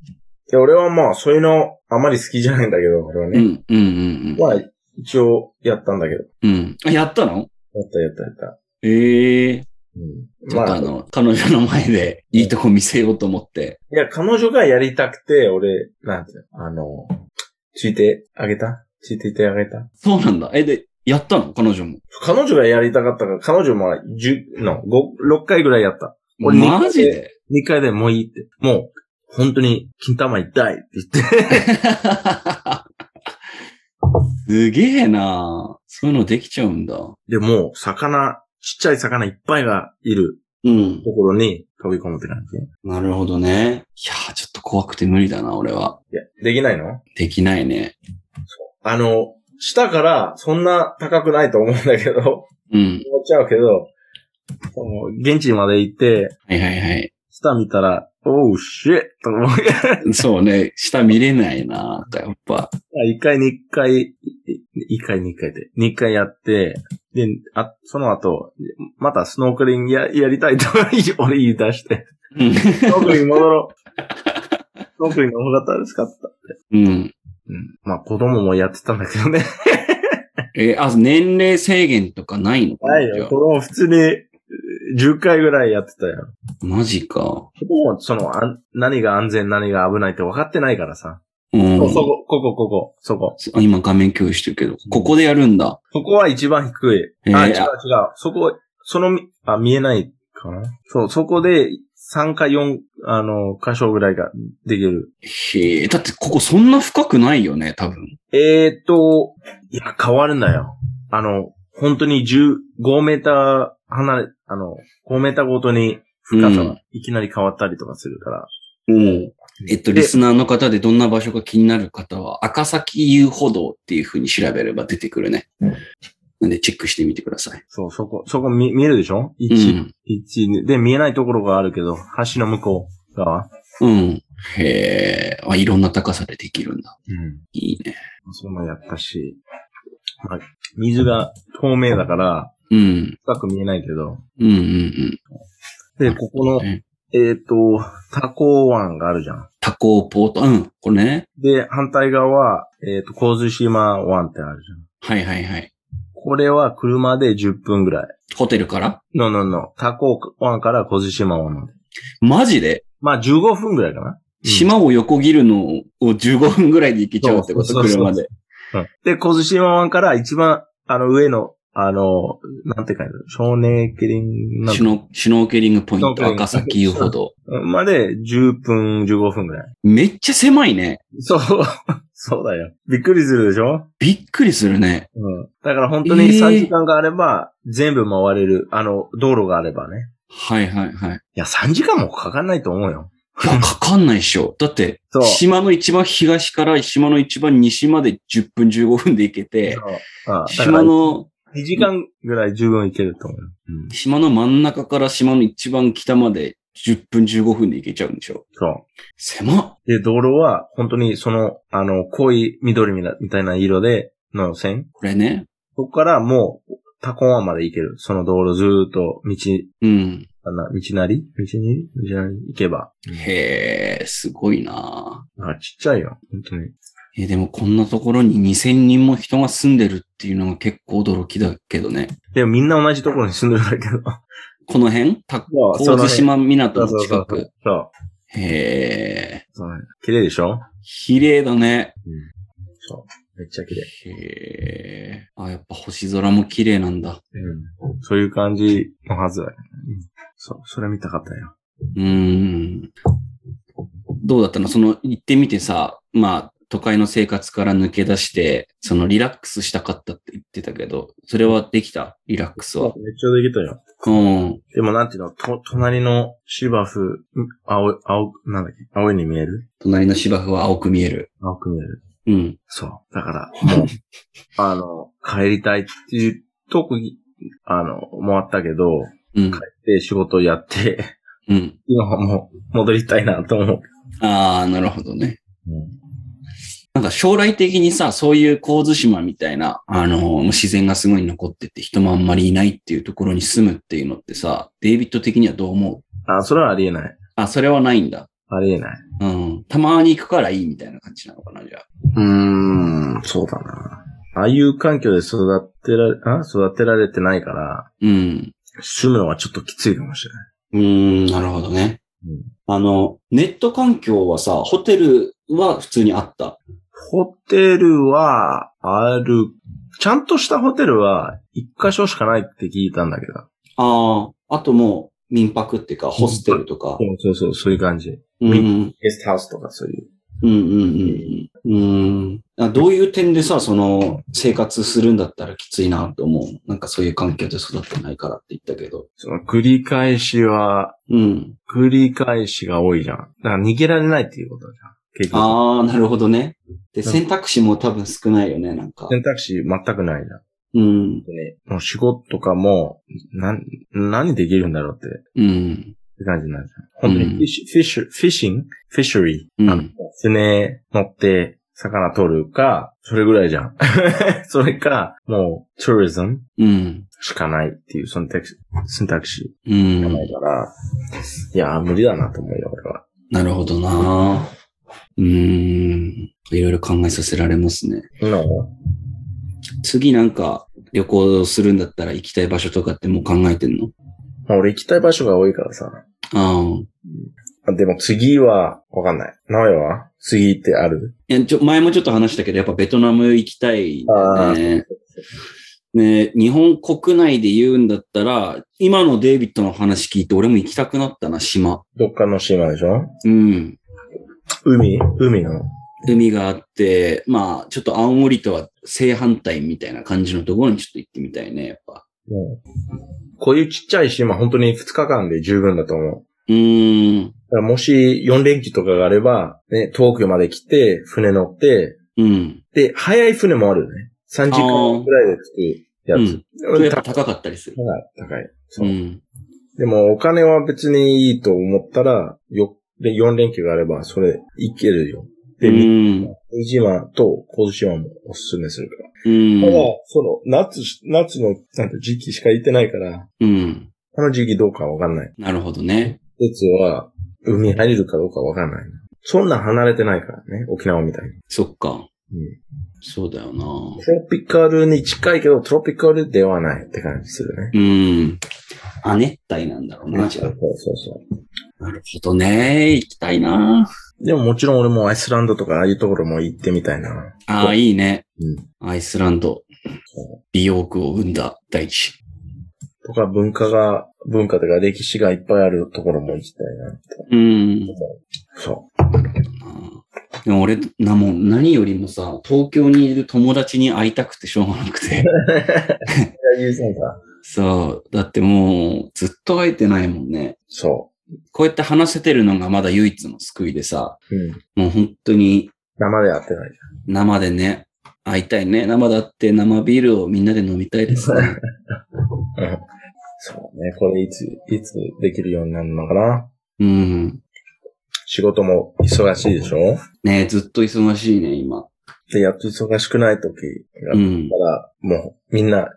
で、俺はまあ、そういうの、あまり好きじゃないんだけど、俺は
う
ね。
ん、うん、うん
まあ、一応、やったんだけど。
うん。うん。あ、やったの
やった、やった、やった。
ええ
うん。
ちょっ
ま
と
あ、
あ
い
の、彼女の前でいいとこ見せようと思って。
や、彼女がやりたくて、俺、なんていうの、あの、ついてあげたついていてあげた
そうなんだ。え、で、やったの彼女も。
彼女がやりたかったから、彼女も10の、5、6回ぐらいやった。俺二回
マジで
2回でもういいって。もう、本当に、金玉痛いって言って。
すげえなそういうのできちゃうんだ。
で、もう、魚、ちっちゃい魚いっぱいがいる。
うん。
ところに飛び込むって感じ。
なるほどね。いやー、ちょっと怖くて無理だな、俺は。
いや、できないの
できないね。
あの、下からそんな高くないと思うんだけど、思
うん。
っちゃうけど、その現地まで行って、
はいはいは
下見たら、おう、シェッと思う。
い。 そうね。下見れないなやっぱ。
一回、二回、一回、二回で、二回やって、で、あ、その後、またスノークリングや、やりたいと俺言い出して、
う ん
スノークリング戻ろう。 スノークリングの方が楽しかった。
うん。
うん。まあ、子供もやってたんだけどね。
えーあ、年齢制限とかないのかな
ない
じゃ
よ。
あ
これも普通にえー10回ぐらいやってたよ。
マジか。
もうそのあん、何が安全、何が危ないって分かってないからさ。
うん。
そこ、ここ、ここ、そこ。
あ今画面共有してるけど、ここでやるんだ。
ここは一番低い。
えー
あ、違う違う。そこ、その、あ、見えないかな。そう、そこで3か4、あの、箇所ぐらいができる。
へえ、だってここそんな深くないよね、多分。
えーっと、いや、変わるんだよ。あの、本当に15メーター離れ、あの、5メーターごとに深さ
う
がいきなり変わったりとかするから。
うん。えっと、
で
リスナーの方でどんな場所が気になる方は、赤崎遊歩道っていう風に調べれば出てくるね。なんでチェックしてみてください。
そう、そこ、そこ見見えるでしょ
う
?1、
ん。
一、2で、見えないところがあるけど、橋の向こう側。
うん。へえ、あ、いろんな高さでできるんだ。
うん。
いいね。
そんなやったし、まあ、水が透明だから、
うん。
深く見えないけど。
うんうんうん。
で、ここの、
ね
えっ、と、タコ湾があるじゃん。
タコポート、うん、これね。
で、反対側は、えっ、と、神津島湾ってあるじゃん。
はいはいはい。
これは車で10分ぐらい。
ホテルから
ののの、タコ湾から神津島湾まで。
マジで
まあ、15分ぐらいかな。うん
島を横切るのを15分ぐらいで行けちゃうってこと、
そうそうそうそう
車で。
で、小津島湾から一番、あの、上の、あの、なんて書いてある少年キリンなん
シュノシュノーケリングポイン
シュ
ト、
ノーケリング
赤崎遊歩道。
まで10分、15分ぐらい。
めっちゃ狭いね。
そう、 そうだよ。びっくりするでしょ
びっくりするね。
うん。だから本当
え
に
ー
3時間があれば、全部回れる、あの、道路があればね。
はいはいはい。 い
いや、3時間もかかんないと思うよ。
や、かかんないっしょ。だって
そ、う
島の一番東から島の一番西まで10分15分で行けて
そ、うあだから
島の、
2時間ぐらい十分いけると思うよ。うん。
島の真ん中から島の一番北まで10分15分で行けちゃうんでしょ
そう。
狭っ
で、道路は本当にその、あの、濃い緑みなみたいな色での線。
これね。
そこからもう、タコン湾まで行ける。その道路ずーっと道、
うん。
あな道なり道に道なり行けば。
へえ、すごいな
あ、ちっちゃいよ。本当に。
え、でもこんなところに2000人も人が住んでるっていうのが結構驚きだけどね。
でもみんな同じところに住んでるんだけど。
この辺た
そう その
神津
辺
島港
そう
の
そうそ
近
う
く。。
そう
へえ、
そうね。綺麗でしょ
綺麗だね。
そう。めっちゃ綺麗。
へえ。あ、やっぱ星空も綺麗なんだ。
うん。そういう感じのはずだよね。うん。そう。それ見たかったよ。
うーん。どうだったのその、行ってみてさ、まあ、都会の生活から抜け出して、そのリラックスしたかったって言ってたけど、それはできたリラックス
めっ
は。
ちゃできたよ。
うん。
でもなんていうの、と、隣の芝生、うん青い、青く、なんだっけ、青いに見える
隣の芝生は青く見える。
青く見える。
うん。
そう。だから、 もう、あの、帰りたいっていうとこに、あの、もあったけど、
うん
帰。って仕事やって、
うん。
今はもう戻りたいなと思う。
ああ、なるほどね。
うん。
なんか将来的にさ、そういう神津島みたいな、あの、自然がすごい残ってて人もあんまりいないっていうところに住むっていうのってさ、デイビッド的にはどう思う
あ、それはありえない。
あ、それはないんだ。
ありえない。
うん。たまに行くからいいみたいな感じなのかな、じゃあ。
うーん、そうだな。ああいう環境で育てられ、あ育てられてないから、
うん。
住むのはちょっときついかもしれない。
うーん、なるほどね。
うん
あの、ネット環境はさ、ホテルは普通にあった。
ホテルは、ある、ちゃんとしたホテルは、一箇所しかないって聞いたんだけど。
ああ、あともう民泊っていうか、ホステルとか。
そうそうそう、そういう感じ。
うん、うん、
ゲストハウスとかそういう。
うん、うんうん。うんあどういう点でさ、その、生活するんだったらきついなと思う。なんかそういう環境で育ってないからって言ったけど。
その繰り返しは、
うん。
繰り返しが多いじゃん。だから逃げられないっていうことじゃん。結局。
ああ、なるほどね。で、選択肢も多分少ないよね、なんか。
選択肢全くないじゃん。
うん、
でもう仕事とかも、なん、何できるんだろうって、
うん、
って感じになるじゃん。本当に
うん
フィッシュ、フィッシュ、フィッシングフィッシュリ
うん
ー。あの船乗って、魚取るか、それぐらいじゃん。 それか、もう、トゥリズム
うん、
しかないっていう選択肢、選択肢。
うん。
ないから、いやー、無理だなと思うよ、俺は。
なるほどなうーん。いろいろ考えさせられますね。
No.
次なんか旅行するんだったら行きたい場所とかってもう考えてんの
まあ俺行きたい場所が多いからさ。
ああ。
あでも次は、わかんない。名古屋は次ってある
いやちょ前もちょっと話したけど、やっぱベトナム行きたいんだよね。ね日本国内で言うんだったら、今のデイビッドの話聞いて俺も行きたくなったな、島。
どっかの島でしょ
うん。
海海の。
海があって、まあ、ちょっと青森とは正反対みたいな感じのところにちょっと行ってみたいね、やっぱ。
うんこういうちっちゃい島、本当に2日間で十分だと思う。
うーん。
だからもし4連休とかがあれば、ね、東京まで来て、船乗って、
うん。
で、早い船もあるよね。3時間ぐらいで
う
着
ん
く。やつ。
やっぱ
高い。
高かったりする。。
高い。そううんでもお金は別にいいと思ったら、よ、で、4連休があれば、それ、いけるよ。で、
う
新
ん。
島と小豆島もおすすめするから。
うん
ただ、その、夏し、夏の、なんて時期しか行ってないから、
うん。
あの時期どうかわかんない。
なるほどね。
季節は、海入れるかどうかわかんない。そんな離れてないからね、沖縄みたいに。
そっか。
うん。
そうだよな。
トロピカルに近いけど、トロピカルではないって感じするね。
うん。亜熱帯なんだろうな、じゃ
そうそうそ
あ。なるほどね。行きたいな。
う。でももちろん俺もアイスランドとかああいうところも行ってみたいな。
ああ、いいね。
うん。
アイスランド
そ。
美容区を生んだ大地。
とか文化が、文化とか歴史がいっぱいあるところも行きたいなって。
うん。
そ
あーでも俺、な、もう何よりもさ、東京にいる友達に会いたくてしょうがな くて。
う。優先か。
そう。だってもう、ずっと会えてないもんね。
そ
こうやって話せてるのがまだ唯一の救いでさ、
う。うん。
もう本当に
生で会ってないじ
生でね、会いたいね。生だって生ビールをみんなで飲みたいですね。
ゃん。うん。そうね。これいつ、いつできるようになるのかな
うん。
仕事も忙しいでしょ
ねずっと忙しいね、今。
で、やっと忙しくない時が
う
あっ
ん。
たら、もうみんな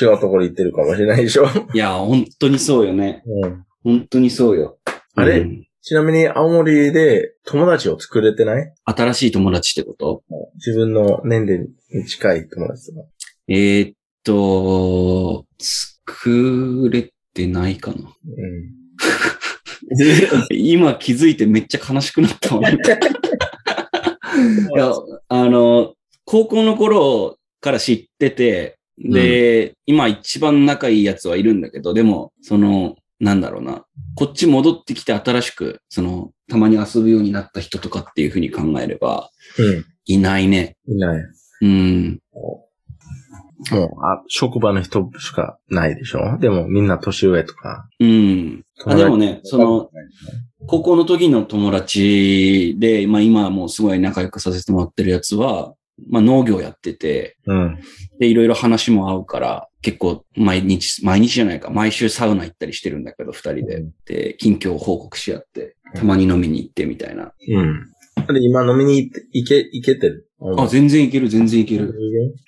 違うところ行ってるかもしれないでしょ、
いや、本当にそうよね。
うん、
本当にそうよ。
あれ
うん
ちなみに青森で友達を作れてない
新しい友達ってこと
自分の年齢に近い友達とか。
えーっと、作れてないかな。
うん。
今気づいてめっちゃ悲しくなったわ。い や、あの、高校の頃から知ってて、で、今一番仲いいやつはいるんだけど、でも、その、なんだろうな。こっち戻ってきて新しく、その、たまに遊ぶようになった人とかっていうふうに考えれば、
う
いないね。
ん。いない。
うん。
もう、あ職場の人しかないでしょでもみんな年上とか。
うん。あでもね、その、
友達、
高校の時の友達で、まあ今はもうすごい仲良くさせてもらってるやつは、まあ農業やってて、
うん。
で、いろいろ話も合うから、結構毎日、毎日じゃないか、毎週サウナ行ったりしてるんだけど、二人で。で、近況報告し合って、たまに飲みに行ってみたいな。
うん。で、今飲みに行って、行け、行けてる。
あ、全然いける、全然いける。
然。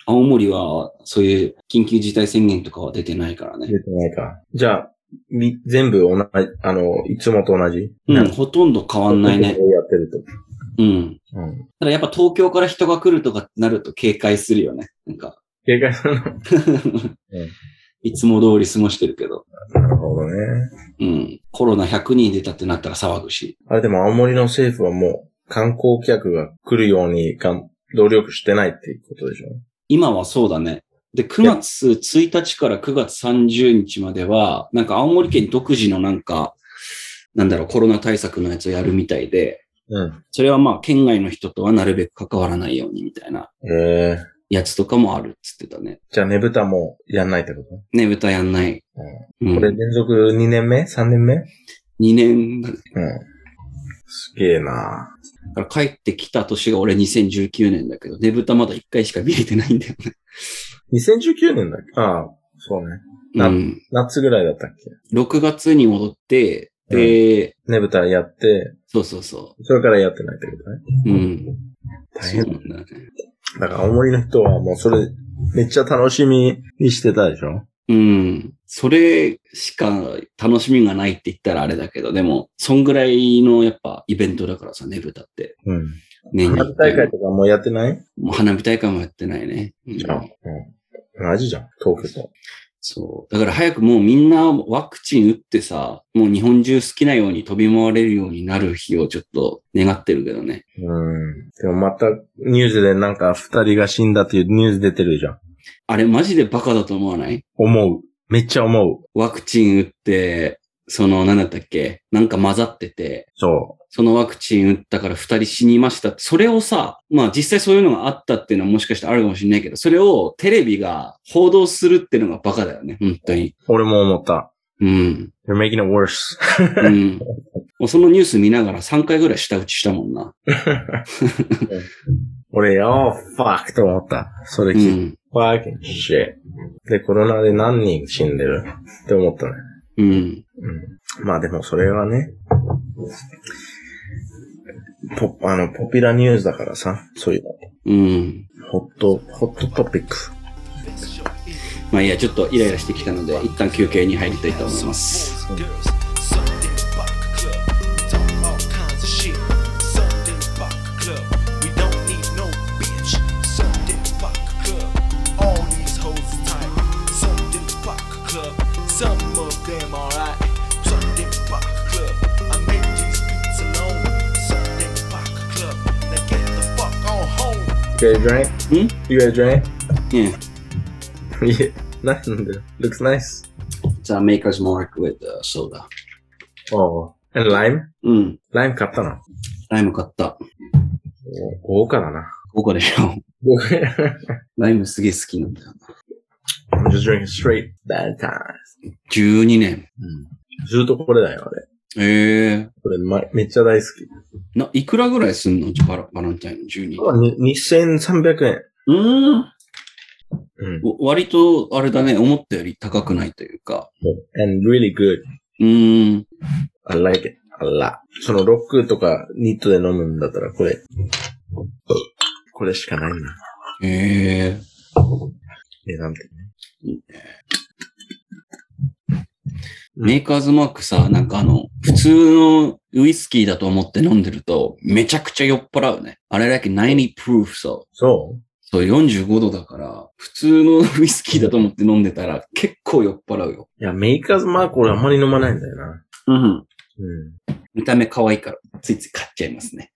青森は、そういう緊急事態宣言とかは出てないからね。
出てないか。じゃあ、み、全部同じ、あの、いつもと同じ
うん、ほとんど変わんない
や
ね。
ってると。
うん。
うん。
ただやっぱ東京から人が来るとかってなると警戒するよね。なんか、
警戒するの。
いつも通り過ごしてるけど。
なるほどね。
うん。コロナ100人出たってなったら騒ぐし。
あれでも青森の政府はもう観光客が来るようにがん努力してないっていうことでしょ
今はそうだね。で、9月1日から9月30日までは、なんか青森県独自のなんか、なんだろう、コロナ対策のやつをやるみたいで、
うん。
それはまあ、県外の人とはなるべく関わらないようにみたいな
へえ。
やつとかもあるっつってたね。
じゃあねぶたもやんないってこと
ね、歌やんない。う
これ連
ん、
続2年目 ?3 年目うん。
2年だね、
すげえな
だから帰ってきた年が俺2019年だけど、ねぶたまだ1回しか見れてないんだよね。
2019年だっけああ、そうね。な
うん。
夏ぐらいだったっけ
6月に戻って、で、
ねぶたやって、
そうそうそ
それからやってないってことね。
う。うん。
大
そう
変。
なんだよね。
だから青森の人はもうそれ、めっちゃ楽しみにしてたでしょ
うん。それしか楽しみがないって言ったらあれだけど、でも、そんぐらいのやっぱイベントだからさ、ねぶたって。
うん。
年に
花火
一
大
回
会とかもうやってない
もう花火大会もやってないね。うん
じゃあ、うん。同じじゃん、東京と。
そう。だから早くもうみんなワクチン打ってさ、もう日本中好きなように飛び回れるようになる日をちょっと願ってるけどね。
うん。でもまたニュースでなんか二人が死んだっていうニュース出てるじゃん。
あれマジでバカだと思わない
思う。めっちゃ思う。
ワクチン打って、その、なんだったっけなんか混ざってて、
そ
そのワクチン打ったから二人死にました。それをさ、まあ実際そういうのがあったっていうのはもしかしてあるかもしれないけど、それをテレビが報道するっていうのがバカだよね、本当に。
う。俺も思った。
うん。
You're making it worse.
うん。もうそのニュース見ながら3回ぐらい舌打ちしたもんな。
俺、oh fuck と思った。それ
う
聞いて、
ん。
fucking shit. で、コロナで何人死んでるって思ったね。
うん。
うん。まあでもそれはね、ポ、あの、ポピュラーニュースだからさ、そういうの。
うん。
ホット、ホットトピック。
まあいいや、ちょっとイライラしてきたので、一旦休憩に入りたいと思います。
Girls, something about the club. We talk all kinds of shit. Something about the club. We don't need no bitch. Something about the club. All these hoes is tight. Something about the club. Some of them alright. Something about the club. I make these beats alone. Something about the club. Now get the fuck on home.
You got a drink? You got a drink?
Yeah.
Yeah, nothing. dude. Looks nice.
It's a maker's mark with、soda.
Oh, and lime?
うん。
lime 買ったな。
ライム買った。
豪華だな。
5個でしょ。
豪華 I'm
ライムすげえ好きなんだよな。
just drinking straight that time.
12年。
ずっとこれだよ、あれ。
ええ
これ、ま、めっちゃ大好き。
な、いくらぐらいすんのバラバランタインの12。
に2300円。
うん。
うん。
割と、あれだね、思ったより高くないというか。
and really good.
うーん。
I like it. あら。そのロックとかニットで飲むんだったらこれ。これしかないな。
ええ
値段って。
メーカーズマークさ、なんかあの、普通のウイスキーだと思って飲んでると、めちゃくちゃ酔っ払うね。あれだけ90 proof そう。
そ
そう、45度だから、普通のウイスキーだと思って飲んでたら結構酔っ払うよ。
ういや、メーカーズマーク俺あんまり飲まないんだよな。
うん。
うん。
見た目可愛いから、ついつい買っちゃいますね。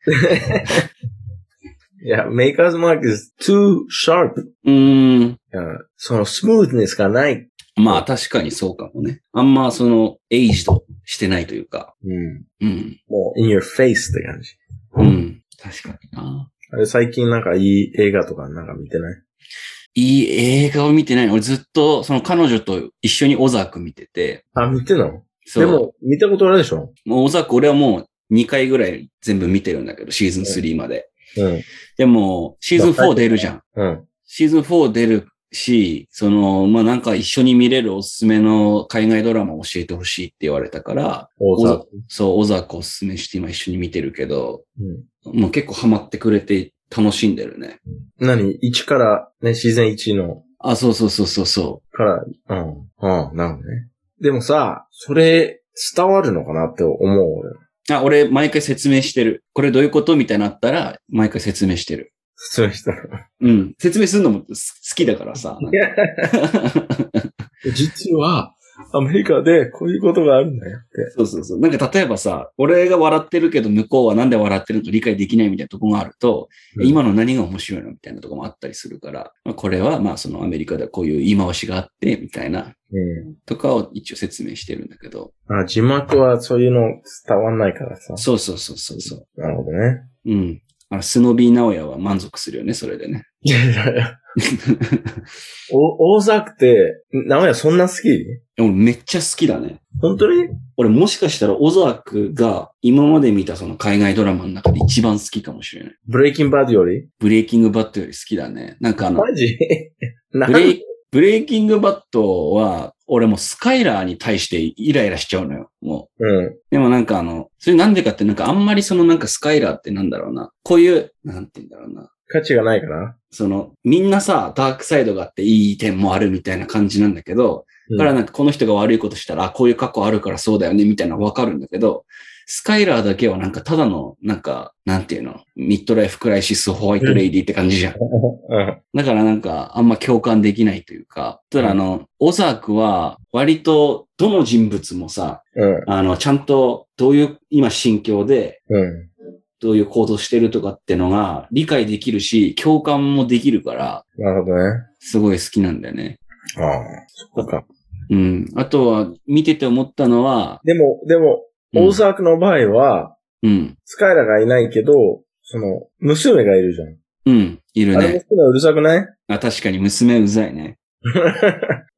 いや、メーカーズマーク is too sharp. いう
ーん。
やそのスムーズネスがない。
まあ確かにそうかもね。あんまその、エイジドしてないというか。
うん。
うん。
もう、in your face って感じ。
うん。確かにな。
あれ最近なんかいい映画とかなんか見てない
いい映画を見てない。俺ずっと、その彼女と一緒にオザーク見てて。
あ、見てんの
そう
でも、見たことあるでしょ
もうオザーク俺はもう2回ぐらい全部見てるんだけど、シーズン3まで。
うん。
でも、シーズン4出るじゃん。
うん。
シーズン4出るし、その、まあ、なんか一緒に見れるおすすめの海外ドラマを教えてほしいって言われたから、
大
小
沢
ざ。そう、小沢子おすすめして今一緒に見てるけど、
うん。
もう結構ハマってくれて楽しんでるね。
何 ?1 から、ね、シーズン1の、
あ、そうそうそうそうそ
から、うん。うん、なるほどね。でもさ、それ、伝わるのかなって思う、俺。
う。あ、俺毎回説明してる。これどういうことみたいになったら、毎回説明してる。
普通の人ら。
うん。説明するのもす好きだからさ。なんか
実は、アメリカでこういうことがあるんだよって。
そうそうそう。なんか例えばさ、俺が笑ってるけど向こうはなんで笑ってるのか理解できないみたいなとこがあると、
うん
今の何が面白いのみたいなとこもあったりするから、まあ、これはまあそのアメリカではこういう言い回しがあって、みたいな
う
とかを一応説明してるんだけど。
ん。あ、字幕はそういうの伝わんないからさ。
そうそうそうそうそ
なるほどね。
う。うん。あのスノビー直哉は満足するよね、それでね。
いやいやいや。 お、大沢って、名古屋そんな好き
俺めっちゃ好きだね。
本当に
俺もしかしたら小沢くが今まで見たその海外ドラマの中で一番好きかもしれない。
ブレイキンバードより
ブレイキングバットより好きだね。なんかあの、
マジ な
ブレイ、ブレイキングバットは、俺もうスカイラーに対してイライラしちゃうのよ、もう。
うん。
でもなんかあの、それなんでかってなんかあんまりそのなんかスカイラーってなんだろうな。こういう、なんて言うんだろうな。
価値がないかな
その、みんなさ、ダークサイドがあっていい点もあるみたいな感じなんだけど、
うん
だからなんかこの人が悪いことしたら、あこういう過去あるからそうだよね、みたいなのわかるんだけど、スカイラーだけはなんかただの、なんか、なんていうの、ミッドライフクライシスホワイトレイディって感じじゃん。
うん。
だからなんか、あんま共感できないというか、ただあの、オザークは、割と、どの人物もさ、
うん。
あの、ちゃんと、どういう、今心境で、
うん。
どういう行動してるとかってのが、理解できるし、共感もできるから、
なるほどね。
すごい好きなんだよね。
ああ。そこか。
うん。あとは、見てて思ったのは、
でも、でも、
うん
大沢区の場合は、
うん。
スカイラがいないけど、その、娘がいるじゃ
うん。いる
ん。あれ
ね。
娘うるさくない
あ、確かに娘うざいね。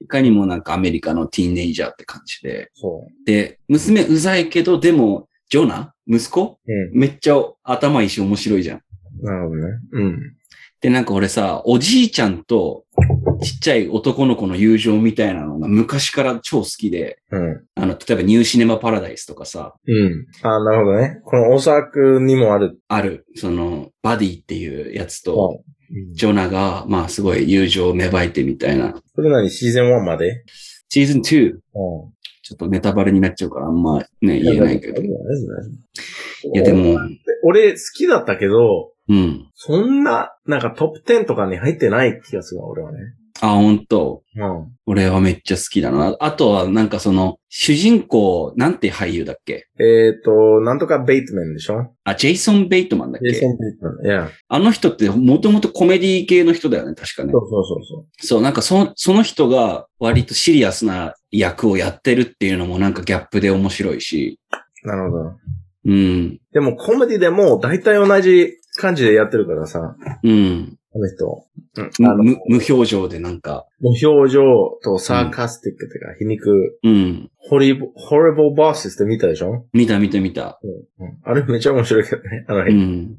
いかにもなんかアメリカのティーンエイジャーって感じで。
そ
で、娘うざいけど、でも、ジョナ息子
う。う
めっちゃ頭いいし面白いじゃん。
ん。なるほどね。うん。
で、なんか俺さ、おじいちゃんとちっちゃい男の子の友情みたいなのが昔から超好きで、
うん。
あの、例えばニューシネマパラダイスとかさ、
うん。ああ、なるほどね。この大沢区にもある。
ある、その、バディっていうやつと、
うん
ジョナが、まあすごい友情を芽生えてみたいな。
それなりシーズン1まで
シーズン2、ち
うん。
ょっとネタバレになっちゃうからあんまね、言えないけど。
い
い
や
や、で。も、
俺好きだったけど、
うん。
そんな、なんかトップ10とかに入ってない気がするわ、俺はね。
あ、ほんと。
うん。
俺はめっちゃ好きだな。あとは、なんかその、主人公、なんて俳優だっけ
えっ、と、なんとかベイトメンでしょ
あ、ジェイソン・ベイトマンだっ
ジェイ
け
ソン・ベイトメン。いや、
あの人ってもともとコメディ系の人だよね、確かね
そ。うそうそうそ
そう、なんかそのその人が割とシリアスな役をやってるっていうのもなんかギャップで面白いし。
う。なるほど。
うん。
でもコメディでも大体同じ感じでやってるからさ、
うん。
この人。うん。あの、
む無表情でなんか、
無表情とサーカスティックっていうか、皮肉、
うん。
ホリボ、ホリボーバーシスって見たでしょ
見た見た見た。
うん。あれめちゃ面白いけどね。あの
う、ん。
うん。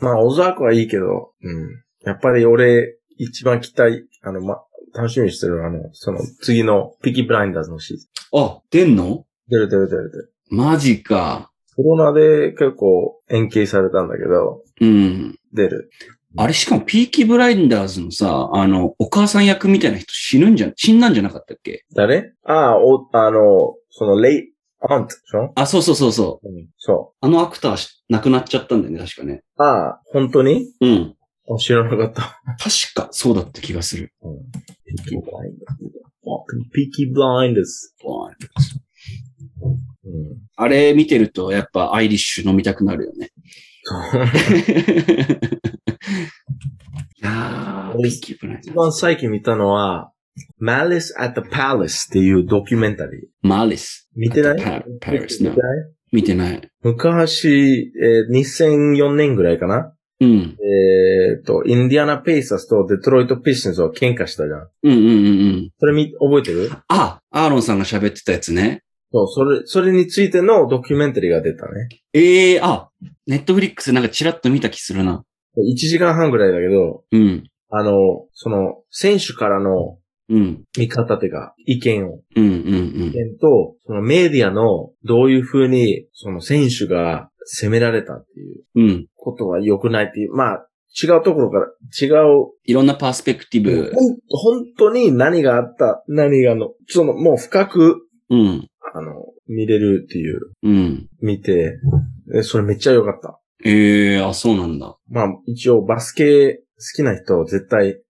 まあ、小沢君はいいけど、うん。やっぱり俺、一番期待、あの、ま、楽しみにしてるのはあの、その、次の、ピキブラインダーズのシーズン。
あ、出んの
出る出る出る出る。
マジか。
コロナで結構延期されたんだけど、
うん。
出る。
あれしかもピーキーブラインダーズのさ、あの、お母さん役みたいな人死ぬんじゃ、死んだんじゃなかったっけ
誰ああ、お、あの、その、レイ、アントでしょ
あ、そうそうそうそう。
うん。そ
あのアクターし亡くなっちゃったんだよね、確かね。
う。ああ、本当に
うん。
あ知らなかった。
確か、そうだった気がする。
ピーキーブラインダーズ。ピーキーブラインダーズ。うん。
あれ見てると、やっぱアイリッシュ飲みたくなるよね。
そう。
いやー、ピーキーブライン
一
ダーズ。
番最近見たのは、Malice at the Palace っていうドキュメンタリー。
マリス。
見てない
パパリス、
見
な
て。ない
見てない。
昔、えー2004年ぐらいかな
うん。
えっ、と、インディアナ・ペイサスとデトロイト・ピストンズは喧嘩したじゃん。
うんうんうんうん。
それみ、覚えてる
あ、アーロンさんが喋ってたやつね。
そう、それ、それについてのドキュメンタリーが出たね。
ええあ、ネットフリックスなんかチラッと見た気するな。
1時間半ぐらいだけど、
うん。
あの、その、選手からの
うん。
見方というか、意見を、
うんうん
意見と、そのメディアの、どういう風に、その選手が責められたっていう
うん。うん。
ことは良くないっていう、まあ、違うところから、違う
いろんなパースペクティブ。
ほん本当に何があった、何がの、その、もう深く、
うん。
あの、見れるっていう、
うん。
見て、えそれめっちゃ良かった。
ええあ、そうなんだ。
まあ、一応バスケ好きな人は絶対好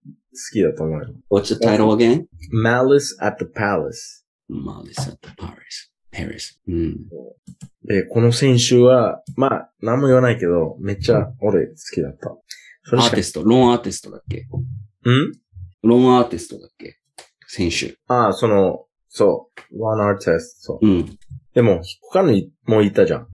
きだと思うよ。
What's the title again?
Malice at the Palace。
マリス at the Paris. Paris. うん。
で、この選手は、まあ、何も言わないけど、めっちゃ俺好きだった。それ
ア
し
ー
か
ティスト、ローンアーティストだっけ
ん
ローンアーティストだっけ選手。
ああ、その、そう。ワンアーティスト、そう。
うん。
でも、他のいもういたじゃん。あ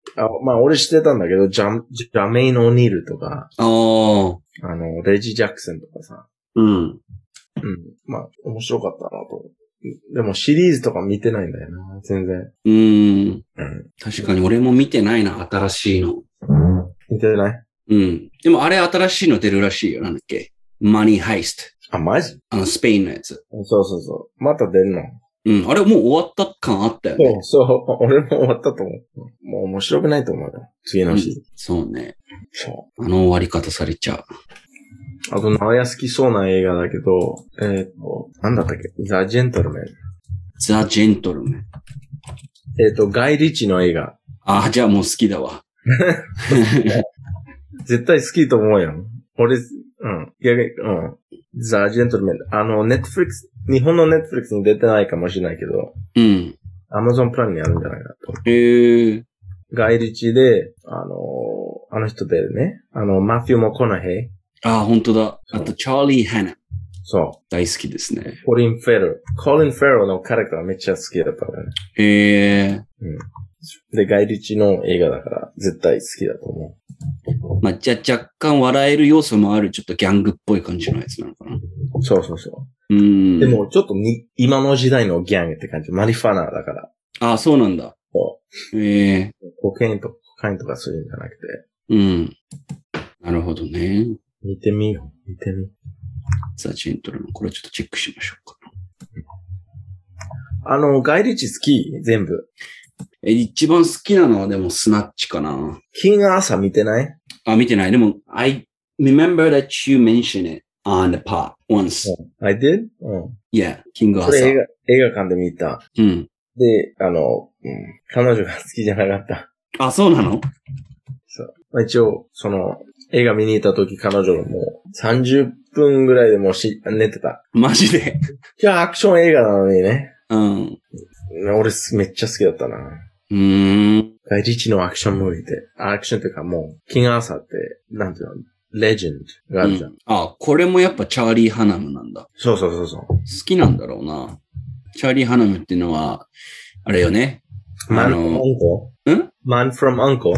まあ、俺知ってたんだけど、ジャジャメイン・オニールとか、
ああ。
あの、レジ・ジャクソンとかさ。
うん。
うん。まあ、面白かったなと思う。でも、シリーズとか見てないんだよな、全然。
うん。
うん。
確かに俺も見てないな、新しいの。
見てない
うん。でもあれ新しいの出るらしいよ。なんだっけマニーハイスト。
あ、マジ
あの、スペインのやつ。
そうそうそう。また出るの。
うん。あれもう終わった感あった よ
そう
ね。
そう。俺も終わったと思う。もう面白くないと思うよ。次のシーズン。
そうね。
そ
あの終わり方されちゃ
う。あと、名古屋好きそうな映画だけど、えっ、と、なんだったっけザ・ジェントルメン。
う。ザ・ジェントルメン。
えっ、と、ガイ・リッチの映画。
ああ、じゃあもう好きだわ。
絶対好きと思うよ。俺、うん。逆に、うん。ザ・ジェントルメン。あの、ネットフリックス、日本のネットフリックスに出てないかもしれないけど、
うん。
アマゾンプライムにあるんじゃないかと。
へえ。
ガイ・リッチで、あのーあの人出るね。あの、マフィオ・モコナヘイ。
ああ、本当だ。あと、チャーリー・ハナ。
そう。
大好きですね。
コリン・フェル。コリン・フェルのキャラクターめっちゃ好きだったからね。
へえ。
で、ガイリッチの映画だから絶対好きだと思
まあ、じゃあ若干笑える要素もある、ちょっとギャングっぽい感じのやつなのかな。
う。そうそうそうう。
ん。
で。もちょっとに、今の時代のギャングって感じ。マリファナだから。
ああ、そうなんだ。
そ
へえ。
う。コケインとコカインとかするんじゃなくて。
うん。なるほどね。
見てみよう。見てみ。
ザ・ジェントルメン。これちょっとチェックしましょうか。
あの、ガイリッチ好き全部。
え、一番好きなのはでもスナッチかな。
キング・アーサー見てない
あ、見てない。でも、I remember that you mentioned it on the pod once.
?I did? うん。
Yeah, King
これ映
Arthur.
画、映画館で見た。
うん。
で、あの、うん、彼女が好きじゃなかった。
あ、そうなの
そう。まあ、一応、その、映画見に行った時彼女がもう30分ぐらいでもうし寝てた。
マジで。
じゃあアクション映画なのにね。
うん。
俺すめっちゃ好きだったな。
うーん。
ガイリッチのアクションムービーって、アクションっていうかもう、キングアーサーって、なんていうの、レジェンドがあるじゃん。
うんあ、これもやっぱチャーリー・ハナムなんだ。
そうそうそうそ
好きなんだろうな。チャーリー・ハナムっていうのは、あれよね。
う。マ
あ
ンフロム
の、
アンコ
うん
マンフロムアンコ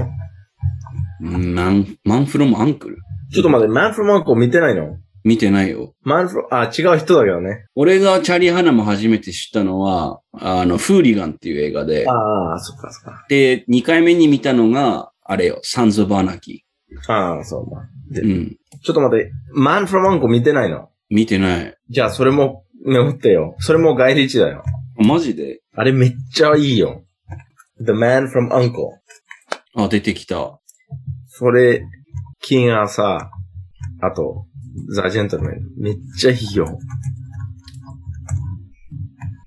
マン、マンフロム・アンクル
ちょっと待って、マンフロムアンコ見てないの
見てないよ。
マンフロ、あ、違う人だけどね。
俺がチャーリー・ハナム初めて知ったのは、あの、フーリガンっていう映画で、
ああ、そっかそっか。
で、2回目に見たのが、あれよ、サンズ・オブ・アナキ
ああ、そう、まあ。で
ー。うん。
ちょっと待って、マンフロムアンコ見てないの
見てない。
じゃあ、それも、メモってよ。それも外立だよ。
マジで
あれめっちゃいいよ。 The Man from Uncle。
あ、出てきた。
それ、キンアサー、あと、ザ・ジェントルメン。めっちゃいいよ。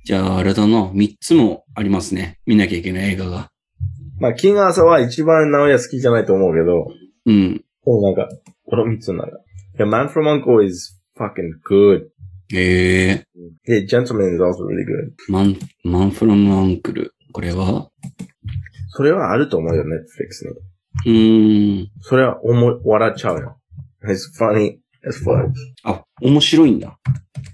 じゃあ、あれだな。三つもありますね。見なきゃいけない映画が。
まあ、キンアサは一番直哉好きじゃないと思うけど、
うん。
でもなんか、この三つなら。The Man from Uncle is fucking good.
ええ
The Gentleman is also really good.
マン、マンフロムアンクル。これは
それはあると思うよ、Netflix に。
うーん。
それは思い、笑っちゃうよ。It's funny as fuck.
あ、面白いんだ。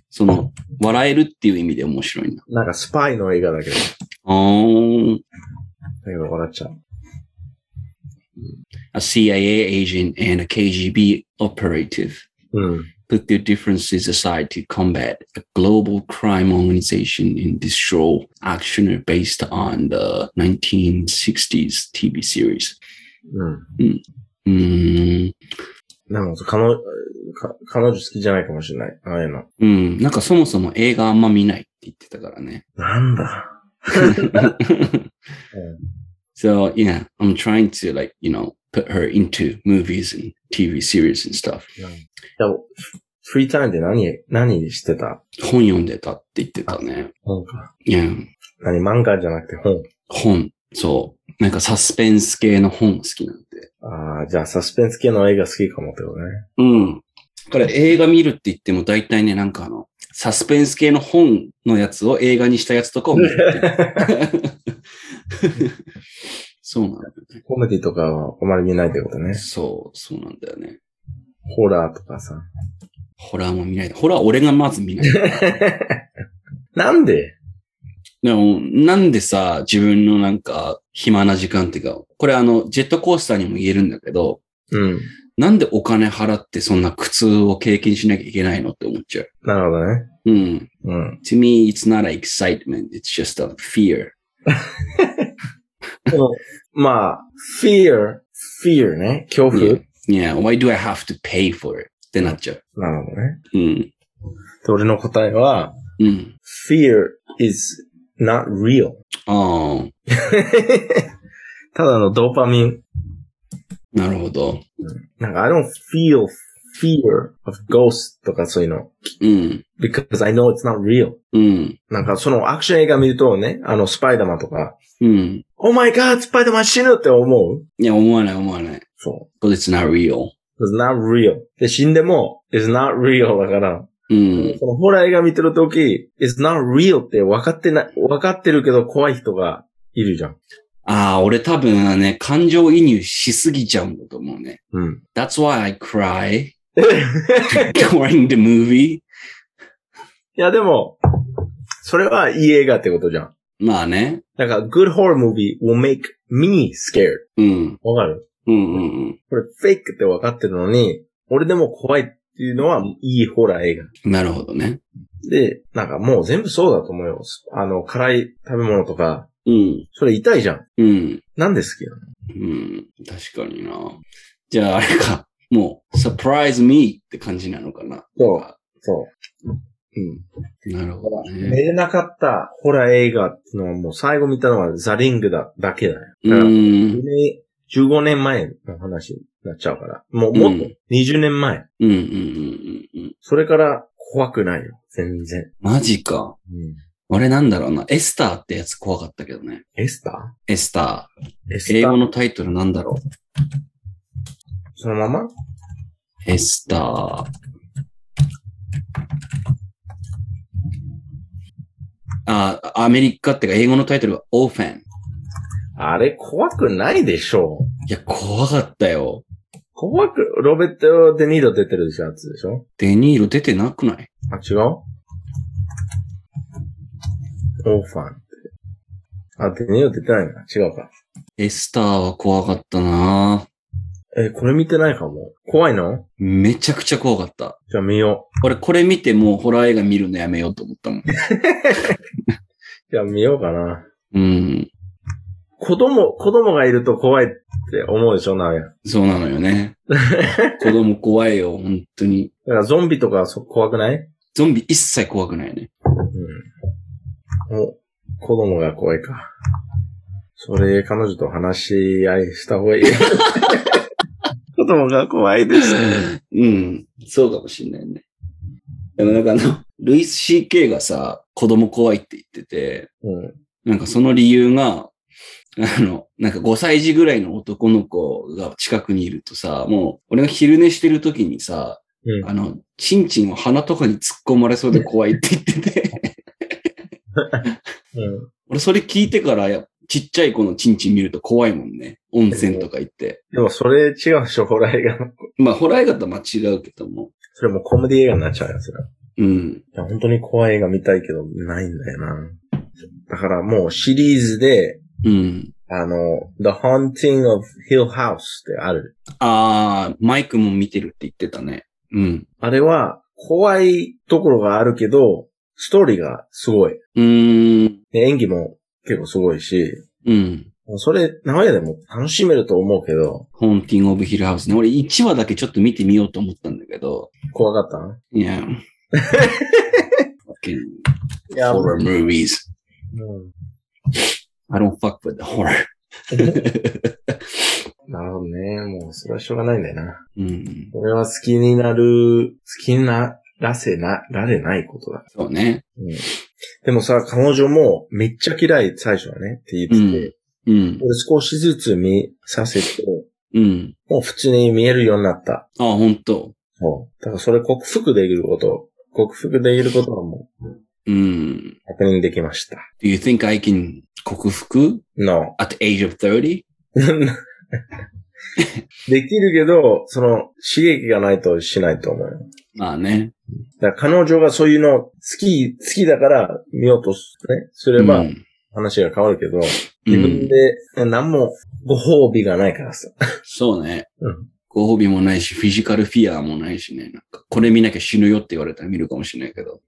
その、笑えるっていう意味で面白いんだ。
なんかスパイの映画だけど、だ
あー。
けど笑っちゃう。
A CIA agent and a KGB operative
うん。
put their differences aside to combat a global crime organization in this show action based on the 1960s TV series. Hmm,
うん。
うーん。
でも、彼女、か彼女好きじゃないかもしれない。ああいうの。
うん。hmm, なんかそもそも映画あんま見ないって言ってたからね。
なんだ。
so yeah, I'm trying to like, you know, put her into movies and TV series and stuff.
でも、フリータイムで何、何してた
本読んでたって言ってたね。
本か。
Yeah.
何、漫画じゃなくて本。
本。そう。なんかサスペンス系の本好きなんで。
ああ、じゃあサスペンス系の映画好きかもってことね。
うん。だから映画見るって言っても大体ね、なんかあの、サスペンス系の本のやつを映画にしたやつとかを見る っていう。そうなんだよね。
コメディとかはあまり見ないってことね。
そう、そうなんだよね。
ホラーとかさ。
ホラーも見ない。ホラー俺がまず見ない。
なんで
でも、なんでさ、自分のなんか、暇な時間っていうか、これあの、ジェットコースターにも言えるんだけど、
うん。
なんでお金払ってそんな苦痛を経験しなきゃいけないのって思っちゃう。
なるほどね。
うん。
うん。
To me, it's not excitement, it's just a fear.
まあ、fear, fear ね。恐怖。
Yeah, yeah. why do I have to pay for it? ってなっちゃう。
なるほどね。
うん。
で、俺の答えは、
うん。
fear is not real.
ああ、
ただのドーパミン。
なるほど。
なんか、I don't feel fear of ghosts とかそういうの。
うん。
because I know it's not real.
うん。
なんか、そのアクション映画見るとね、あの、スパイダーマンとか、
うん。
Oh my god, スパイダーマン死ぬって思う
いや、思わない思わない。
そ
But it's not real.
う。it's not real. で、死んでも、it's not real だから、
うん。
そのホラー映画見てるとき、it's not real って分かってない、分かってるけど怖い人がいるじゃん。
ああ、俺多分ね、感情移入しすぎちゃうんだと思うね。
うん。
That's why I cry during the
い
movie.
や、でも、それはいい映画ってことじゃん。
まあね。
なんか、good horror movie will make me scared.
うん。
わかる
うんうん
これ、フェイクって分かってるのに、俺でも怖いっていうのは、いいホラー映画。
うん。なるほどね。
で、なんかもう全部そうだと思うよ。あの、辛い食べ物とか、
うん。
それ痛いじゃん。
うん。
なんで好きなの
うん。確かにな。じゃああれか。もう、surprise me って感じなのかな。
そそう。うん。
う。なるほど
寝
ね。
れなかったホラー映画っていうのはもう最後見たのはザ・リングだ、だけだよ。
う
だから、
ん。
15年前の話になっちゃうから。もう
う
もっ
ん
と20年前。
うんうんうんうんうん。
それから怖くないよ。全然。
マジか。
うん。
俺なんだろうな。エスターってやつ怖かったけどね。
エスタ
エスタ
ーエス
ー。
タ
英
ー
語のタイトルなんだろう。
そのまま
エスター。あ、アメリカってか英語のタイトルはオーフェン。
あれ怖くないでしょ
いや、怖かったよ。
怖く、ロベット・デ・ニード出てるやつでしょ
デニーロ出てなくない
あ、違うオーファンって。あ、デニーロ出てないな。違うか。
エスターは怖かったな
え、これ見てないかも。怖いの
めちゃくちゃ怖かった。
じゃあ見よ
俺これ見てもうホラー映画見るのやめようと思ったもん。
う。じゃあ見ようかな。
うん。
子供、子供がいると怖いって思うでしょ、なおや。だ
そうなのよね。子供怖いよ、本当に。
からゾンビとかそ怖くない
ゾンビ一切怖くないね。
うん。お、子供が怖いか。それ、彼女と話し合いした方がいい。 子供が怖いです。
うん。そうかもしんないね。でもなんかあの、ルイス CK がさ、子供怖いって言ってて、
うん。
なんかその理由が、あの、なんか5歳児ぐらいの男の子が近くにいるとさ、もう、俺が昼寝してる時にさ、
うん
あの、チンチンを鼻とかに突っ込まれそうで怖いって言ってて、
うん。
俺それ聞いてからや、ちっちゃい子のチンチン見ると怖いもんね。温泉とか行って。
でも、それ違うでしょ、ホラー映画の。
まあ、ホラー映画とはまあ違うけども。
それもうコメディ映画になっちゃうやつだ。
う
い
ん。
や、本当に怖い映画見たいけど、ないんだよな。だからもうシリーズで、
うん。
あの、The Haunting of Hill House ってある。
あー、マイクも見てるって言ってたね。うん。
あれは、怖いところがあるけど、ストーリーがすごい。
うーん。
で演技も結構すごいし、
うん。
それ、名古屋でも楽しめると思うけど、
ホーンティング・オブ・ヒル・ハウスね。俺1話だけちょっと見てみようと思ったんだけど。
怖かっ
いや。Fucking
た いや
horror movies.
うん。
I don't fuck with the horror.
なるほどね。もう、それはしょうがないんだよな。
うん。
俺は好きになる、好きにならせな、られないことだ。
そうね。
でもさ、彼女もめっちゃ嫌い、最初はね、って言ってて、
うん。
俺少しずつ見させて、
うん。
もう普通に見えるようになった。
あ、ほんと。
そう。だからそれ克服できること、克服できることはも
うん。
う確認できました。
Do you think I can 克服
No.
at the age of 30?
できるけど、その刺激がないとしないと思うよ。
まあね。
だから彼女がそういうの好き、好きだから見ようとす,、ね、すれば
うん
話が変わるけど、
う
自分
ん、
でえ何もご褒美がないからさ。
そうね。
うん
ご褒美もないし、フィジカルフィアもないしね。なんか、これ見なきゃ死ぬよって言われたら見るかもしれないけど。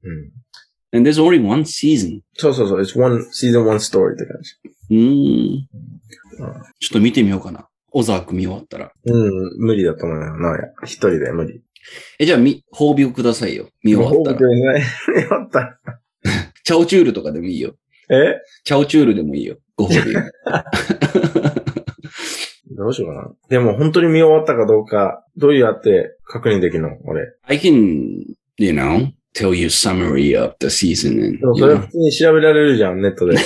うん、
And there's only one season.
そうそうそう、it's one season one story って感じ。
うーん。ちょっと見てみようかな。オザーク見終わったら。
うん、無理だと思うよ。なおや。一人で無理。
え、じゃあ、み、褒美をくださいよ。見終わったら。
ね。やった。
チャオチュールとかでもいいよ。
え
チャオチュールでもいいよ。ご褒美。
どうしようかな。でも本当に見終わったかどうか、どうやって確認できるの俺。
I can, you know, tell you summary of the season and,
でも
you
それ
know.
普通に調べられるじゃん、ネットで。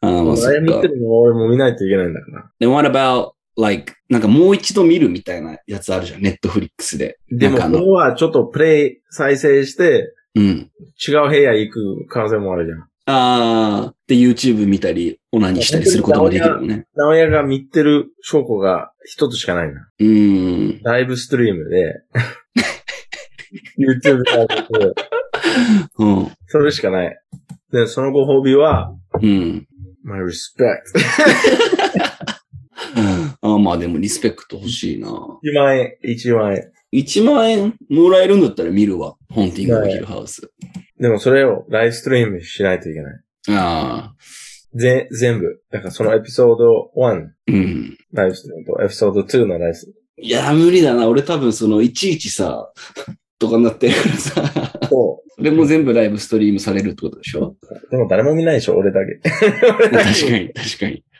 あーまあ
あ
そ
れ
っ
見
か
て。るの俺も見ないといけないんだから。
Then what about, like, なんかもう一度見るみたいなやつあるじゃん。ネットフリックスで。
でも、
なんかあ
こ
の
れはちょっとプレイ再生して、
うん。
違う部屋行く可能性もあるじゃん。
あー、で YouTube 見たり、オナにしたりすることもできるもんね。
名古屋が見てる証拠が一つしかないな。
うーん。
ライブストリーム で、YouTube で上げて、
うん。
それしかない。で、そのご褒美は、
うん。
my respect。
あーまあでもリスペクト欲しいな。
1万円、1万円。
1万円もらえるんだったら見るわ。ホンティング・オブ・ヒル・ハウス。
でもそれをライブストリームしないといけない。
あ
ぜ、全部。だからそのエピソード1、
ー。うん。
ライブストリームとエピソード2のライブスト
いやー、無理だな。俺多分その、いちいちさ、 とかになってるからさ。
リ ームと、
それも全部ライブストリームされるってことでし ょ
でも誰も見ないでしょ、俺だけ。
確かに、確かに。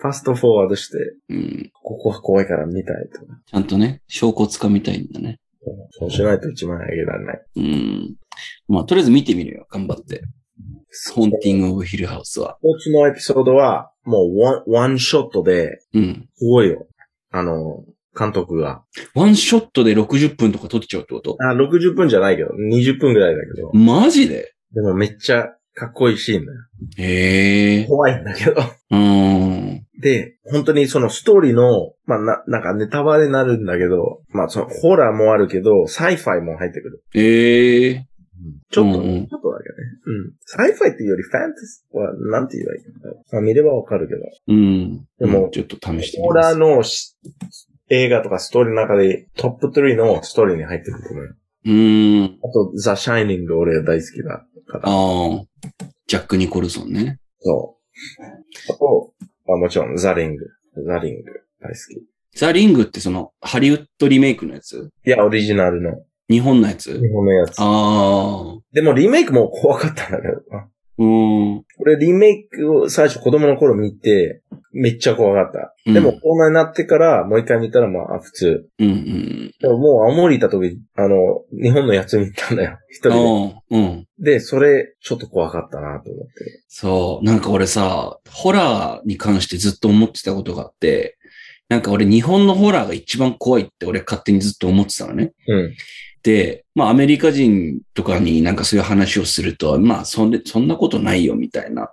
ファストフォワードして、
うん。
ここは怖いから見たいとか。
ちゃんとね、証拠つかみたいんだね。
そうしないと1万円あげられない。
うん。まあ、とりあえず見てみるよ。頑張って。ホンティング・オブ・ヒル・ハウスは。
一つのエピソードは、もうワン、ワンショットで、
うん。
すごいよ。あの、監督が。
ワンショットで60分とか撮っちゃうってこと
あ、60分じゃないけど、20分ぐらいだけど。
マジで
でもめっちゃかっこいいシーンだよ。
へえ。
怖いんだけど。
うーん。
で、本当にそのストーリーの、まあ、な、なんかネタバレになるんだけど、まあ、その、ホラーもあるけど、サイファイも入ってくる。
ええ。
ちょっと、
うんうん
ちょっとだけね。うん。サイファイっていうよりファンタスは、なんて言えばいいのかな。まあ、見ればわかるけど。
うん。
でも
うんちょっと試してみ
ホ
ま
ラー
す。
のし映画とかストーリーの中でトップ3のストーリーに入ってくると思うよ。
うーん。
あと、ザ・シャイニング俺大好きだから。
ああ。ジャック・ニコルソンね。
そう。あと、まあ、もちろん、ザ・リング。ザ・リング大好き。
ザ・リングってその、ハリウッドリメイクのやつ
いや、オリジナルの
日本のやつ
日本のやつ。
ああ。
でもリメイクも怖かったんだけどな。
うーん。
これリメイクを最初子供の頃見て、めっちゃ怖かった。
うん
でも、大人になってからもう一回見たらまああ普通。
うんうん。
でももう青森行った時、あの、日本のやつ見たんだよ。 一人
おううん。
で。で、それ、ちょっと怖かったなと思って。
そう。なんか俺さ、ホラーに関してずっと思ってたことがあって、なんか俺日本のホラーが一番怖いって俺勝手にずっと思ってたのね。
うん。
で、まあアメリカ人とかになんかそういう話をすると、まあそんでそんなことないよみたいな
う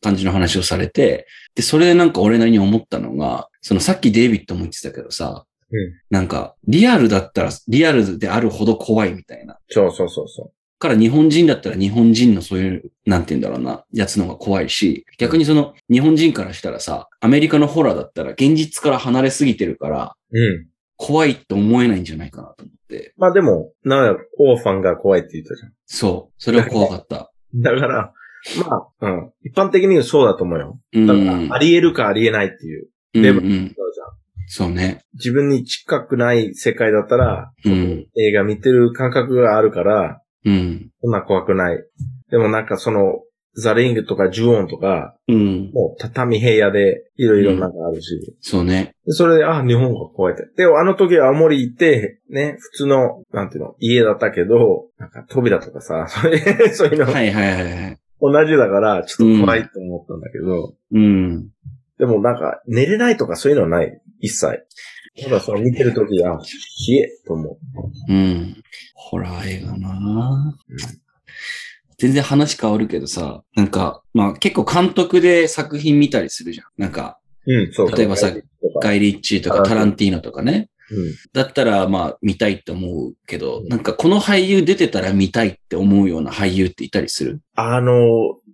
感じの話をされて、で、それでなんか俺なりに思ったのが、そのさっきデイビッドも言ってたけどさ、
うん
なんかリアルだったらリアルであるほど怖いみたいな。
ん。そうそうそうそ
から日本人だったら日本人のそういう、なんて言うんだろうな、やつの方が怖いし、逆にその日本人からしたらさ、アメリカのホラーだったら現実から離れすぎてるから、
う。うん。
怖いって思えないんじゃないかなと思って。
まあでも、なんやろオーファンが怖いって言ったじゃん。
そう。それは怖 かった。
だから、まあ、うん。一般的に言うそうだと思うよ。
うん。
だ
う
か
ん
ら、ありえるかありえないっていう。
うん
レバ
う
そ
ん。
うじゃん。
そうね。
自分に近くない世界だったら、
うん。
映画見てる感覚があるから、
うん。
そんな怖くない。でもなんかその、ザリングとかジュオンとか、
うん。
もう畳部屋でいろいろなんかあるし、
そうね。
でそれで、あ、日本が怖いって。で、あの時は青森行って、ね、普通の、なんていうの、家だったけど、なんか扉とかさ、 そういうそういうの、
はいはいはいはい。
同じだから、ちょっと怖いと思ったんだけど、
うん。
でもなんか、寝れないとかそういうのはない。一切。ただその見てる時あ、冷え、と思う。
うん。ホラー映画なぁ全然話変わるけどさ、なんか、まあ結構監督で作品見たりするじゃん。なんか、
うん、そう。
例えばさ
とか
ガイリッチーと
タラ
か
ンティ
タランティーノとかね。
うん。
だったら、まあ、見たいって思うけど
う、ん
なんかこの俳優出てたら見たいって思うような俳優っていたりする
あの、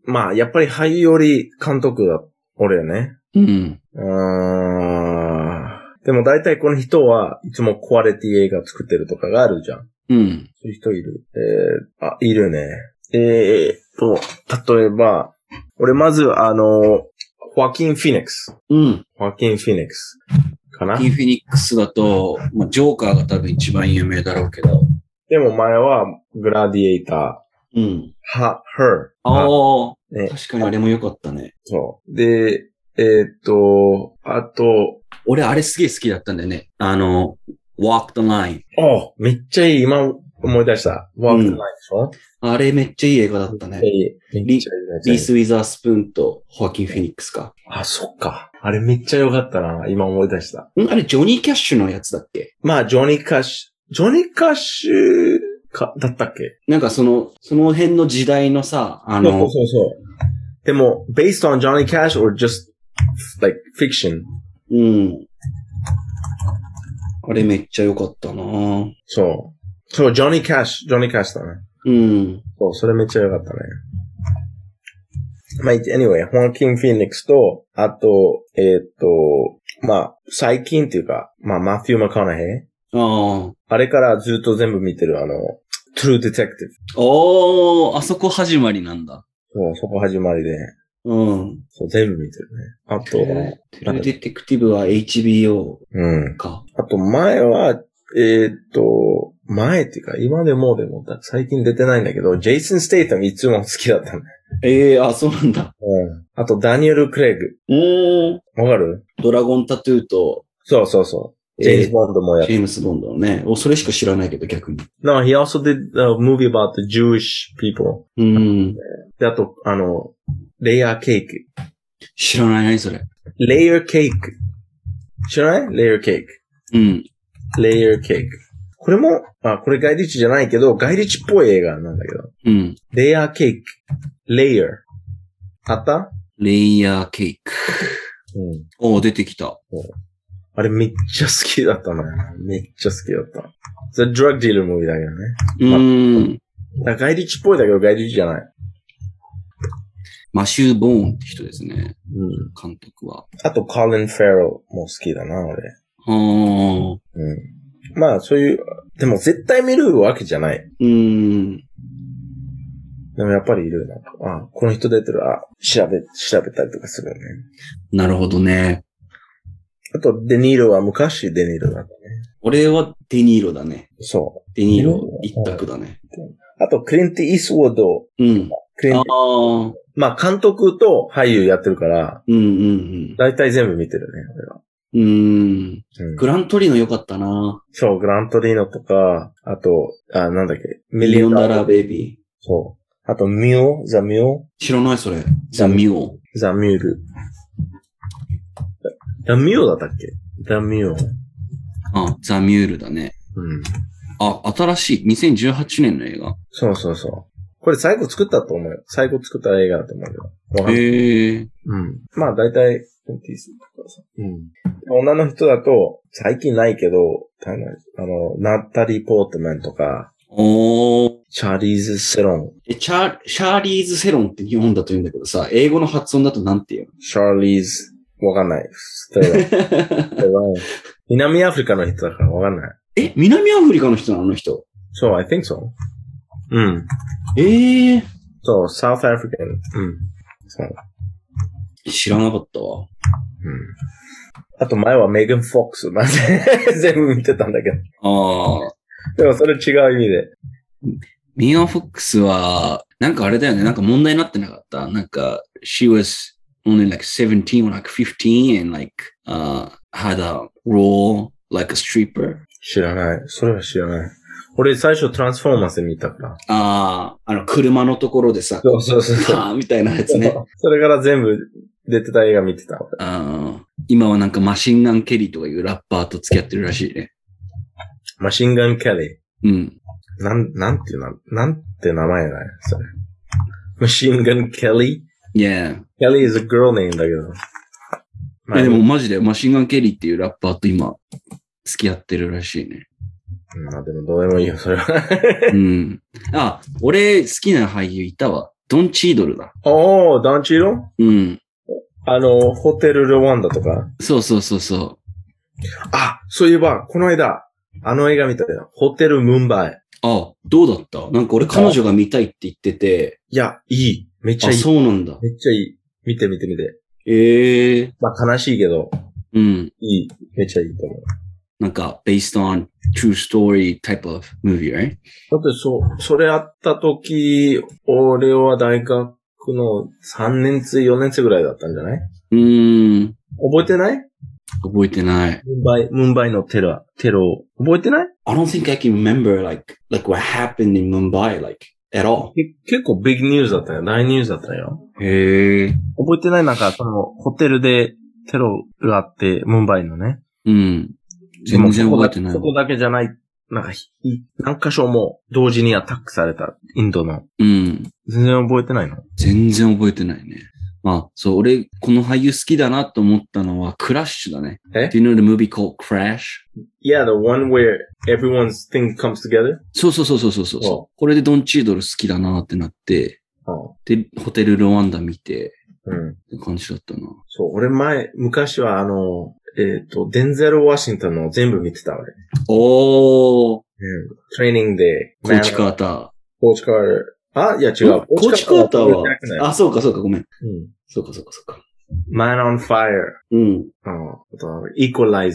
まあ、やっぱり俳優より監督だ、俺よね。
うん。
うーん。でも大体この人はいつも壊れて映画作ってるとかがあるじゃん。
うん。
そういう人いる。えー、あ、いるね。えー、と、例えば、俺まずあの、ホアキン・フィネックス。
うん。
ホアキン・フィネックス。かな
インフィニックスだと、まあ、ジョーカーが多分一番有名だろうけど。
でも前は、グラディエイタ
うん。
ー、は、her。
ああ、
ね
確かにあれも良かったね。
そう。で、えーっと、あと、
俺、あれすげえ好きだったんだよね。あの、Walk the Line。
あめっちゃいい。今思い出した。ワークじゃないでしょ、
あれめっちゃいい映画だったね。
めっちゃいい。めっちゃいいめっちゃい
リー
い。
ス・ウィザースプーンとホアキン・フェニックスか。
あ、そっか。あれめっちゃ良かったな。今思い出した。
んあれ、ジョニー・キャッシュのやつだっけ
まあ、ジョニー・カッシュ、ジョニー・カッシュか、だったっけ
なんかその、その辺の時代のさ、あ
そうそ
の
う、そうそう。でも、based on Johnny Cash or just, like, fiction.
うん。あれめっちゃ良かったなぁ
そう。そう、Johnny Cash、Johnny Cash だね。
うん。
そう、それめっちゃ良かったね。まあ、anyway, ホアキン・フィニックスと、あと、えーっと、まあ、最近っていうか、まあ、マフィー・マカナヘイ。
ああ。
あれからずっと全部見てる、あの、True Detective。
おー、あそこ始まりなんだ。
そう、そこ始まりで。
うん。
そう、全部見てるね。あと、
えーテレデテクティブは HBO
うん。
か。
あと、前は、えーっと、前っていうか、今でもでも、だ最近出てないんだけど、ジェイソン・ステイタムいつも好きだったね。
ええあ、そうなんだ。
うん。あと、ダニエル・クレイグ。
うん。
わかる
ドラゴンタトゥーと、
そうそうそう。ジェイズ・ボンドもやっ
ジェームス・ボンドのね。お、それしか知らないけど、逆に。
No, he also did a movie about the Jewish people.
うん。
で、あと、あの、レイヤーケーキ。
知らない、何それ。
レイヤーケーキ。知らないレイヤーケーキ。
うん。
レイヤーケーキ。これも、あ、これ外立じゃないけど、外立っぽい映画なんだけど。
うん。
レイヤーケーキ。レイヤー。あった
レイヤーケイク。
うん。
おー、出てきた。
あれめっちゃ好きだったな。めっちゃ好きだった。The Drug Dealer Movie だけどね。
うん。
だから外立っぽいだけど外立じゃない。
マシュー・ボーンって人ですね。
うん。
監督は。
あと、コリン・フェローも好きだな、俺。
あー。
うん。まあ、そういう、でも絶対見るわけじゃない。
うん。
でもやっぱりいる。なんか、あ、この人出てる、あ、調べ、調べたりとかするよね。
なるほどね。
あと、デニーロは昔デニーロだったね。
俺はデニーロだね。
そ
デニーロ一択だね。
う。あと、クリント・イースウォード。
うん。
クリ
あ
ン
あ、
まあ監督と俳優やってるから、
うんうん
だいたい全部見てるね、
うん。うん。
俺は。うん
グラントリーノ良かったな。
そう、グラントリーノとか、あと、あ、なんだっけ、ミ
ミリオン
ダー
ダラーベイビー。
そう。あと、ミュー、ザ・ミュー、
知らないそれ。ザ・ミュー。
ザ・ミュール。ザ・ミューだったっけザ・ミュー。
あ、ザ・ミュールだね。
うん。
あ、新しい。2018年の映画。
そうそうそう。これ最後作ったと思うよ。最後作った映画だと思うよ。わかんない
へえ。
うん。まあ大体、トゥンティースとかさ。うん。女の人だと、最近ないけど、たぶんあの、ナタリー・ポートメンとか、
おー。
チャーリーズ・セロン、
え、チャー、シャーリーズ・セロンって日本だと言うんだけどさ、英語の発音だとなんて言う
シャーリーズ、わかん ない。セロン
の
セロン南アフリカの人だからわかんない。
え、南アフリカの人なのあの人。
そう、I think so. うん。
ええ
そう、South African. うん。そう。
知らなかった
う
わ。
ん。あと前はメーガン・フォックスまで全部見てたんだけど。
ああ。
でもそれ違う意味で。
ミア・フォックスは、なんかあれだよね、なんか問題になってなかった。なんか、she was only like 17 or like 15 and like, uh, had a role like a stripper.
知らない。それは知らない。俺最初トランスフォーマーズ見たから。
ああ、あの、車のところでさ、
そうそうそうそう。
あーみたいなやつね。
それから全部出てた映画見てた。俺
あー今はなんかマシンガン・ケリーとかいうラッパーと付き合ってるらしいね。
マシンガン・キャリ
うん。
ー。なん、なんていうな、なんて名前だよ、それ。マシンガン・キャリー
Yeah.
キャリー is a girl name だけど。まあ
えでもマジでマシンガン・ケリーっていうラッパーと今、付き合ってるらしいね。
うんまあでもどうでもいいよ、それは。
うん。 あ、俺好きな俳優いたわ。ドン・チードルだ。
おー、ダンチーロ
うん。
あの、ホテル・ルワンダとか。
そうそうそうそ
あ、そういえば、この間、あの映画見たよ。ホテル・ムンバイ。
う。あ、どうだったなんか俺彼女が見たいって言ってて。
いや、いい。めっちゃ
あ、
いい。
そうなんだ。
めっちゃいい。見て見て見て。
ええ
まあ悲しいけど、
うん。
いい。めっちゃいいと思う。
なんか、based on true story type of movie, right?
だってそ、それあった時、俺は大学の3年生、4年生ぐらいだったんじゃないう
ーん。
覚えてない
覚えてない。
ムンバイ、ムンバイのテロ、テロ、覚えてない
I don't think I can remember like, like what happened in Mumbai, like, at all.
け結構ビッグニュースだったよ。大ニュースだったよ。
へえ。
覚えてないなんか、その、ホテルでテロがあって、ムンバイのね。
うん。全然覚えてない
でもそこだけそこだけじゃない。なんか、ひひ何箇所も同時にアタックされた、インドの。
うん。
全然覚えてないの
全然覚えてないね。まあ、そう、俺、この俳優好きだなと思ったのは、クラッシュだね。
え
Do you know the movie called Crash?
?Yeah, the one where everyone's thing comes together.
そうそうそうそうそうそう
お
これでドン・チードル好きだなってなって、で、ホテル・ロワンダ見て、
うん。
って感じだったな。
そう、俺前、昔はあの、えっ、と、デンゼル・ワシントンの全部見てた俺。
おー、
うん。トレーニングで。
コーチカ
ー。
ータ
コーチカーター。あ、いや違
ー。
う。
んコーチカーターは
俺じゃな、くない
あ、そうかそうか、ごめん。
うん。
そうかそうかそうか。
Man on Fire。
う
う
ん。
ん。あと、Equalizer。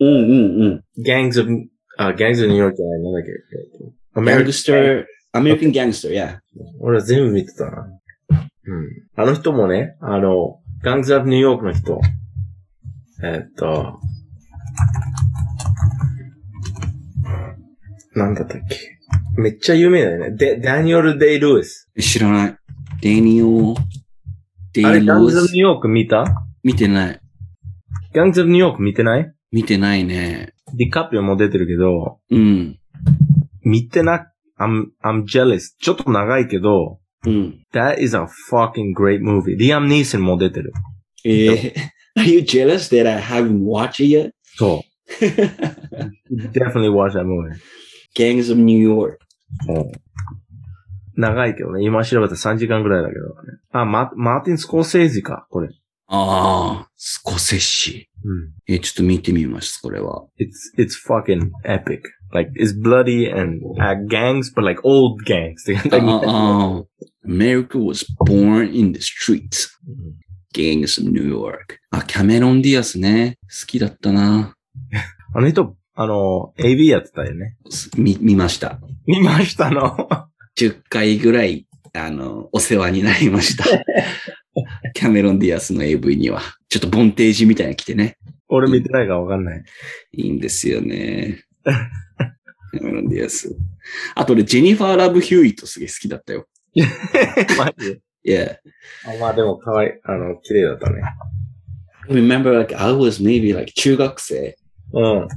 うんうんうん。
Gangs of, あ、Gangs of New York じゃない、なんだっけ。えっと、
ガングスター、アメリカン・ギャングスター、yeah。
俺は全部見てたな。うん。あの人もね、あの、ガンズ・アブ・ニューヨークの人。えーっと、なんだったっけ。めっちゃ有名だよね。で、ダニエル・デイ・ルイス。
え知らない。デニオ、デ
あれ、
ニ
ガンズ・アブ・
オ
ニュー、ヨーク見た
見てない。
ガンズ・アブ・ニューヨーク見てない
見てないね。
ディカピオも出てるけど、
うん。
見てな、I'm, I'm jealous. ちょっと長いけど、
うん。
That is a fucking great movie. リアム・ニーセンも出てる。
Eh, are you jealous that I haven't watched it yet?
そう。Definitely watch that movie.
Gangs of New York.
長いけどね。今調べたら3時間ぐらいだけどね。あ、ママーティン・スコーセージか、これ。
ああ、スコセッシ。
うん。
え、ちょっと見てみます、これは。
It's, it's fucking epic. Like, it's bloody and、uh, gangs, but like old gangs.
ああ、America was born in the streets. Gangs of New York. あ、キャメロン・ディアスね。好きだったな。
あの人、あの、AV やってたよね。
す見、見ました。
見ましたの。
10回ぐらいあの、お世話になりま した。キャメロン・ディアスの AV には。ちょっとボンテージみたいなの着てね。
俺見てないからわかんない。
いいんですよ ね。キャメロン・ディアス。あと俺、ジェニファー・ラブ・ヒューイットすげえ好きだったよ。
マジ
いや。
あまあでも、かわいい、あの、綺麗だったね。
Remember, like, I was maybe like 中学生
うん。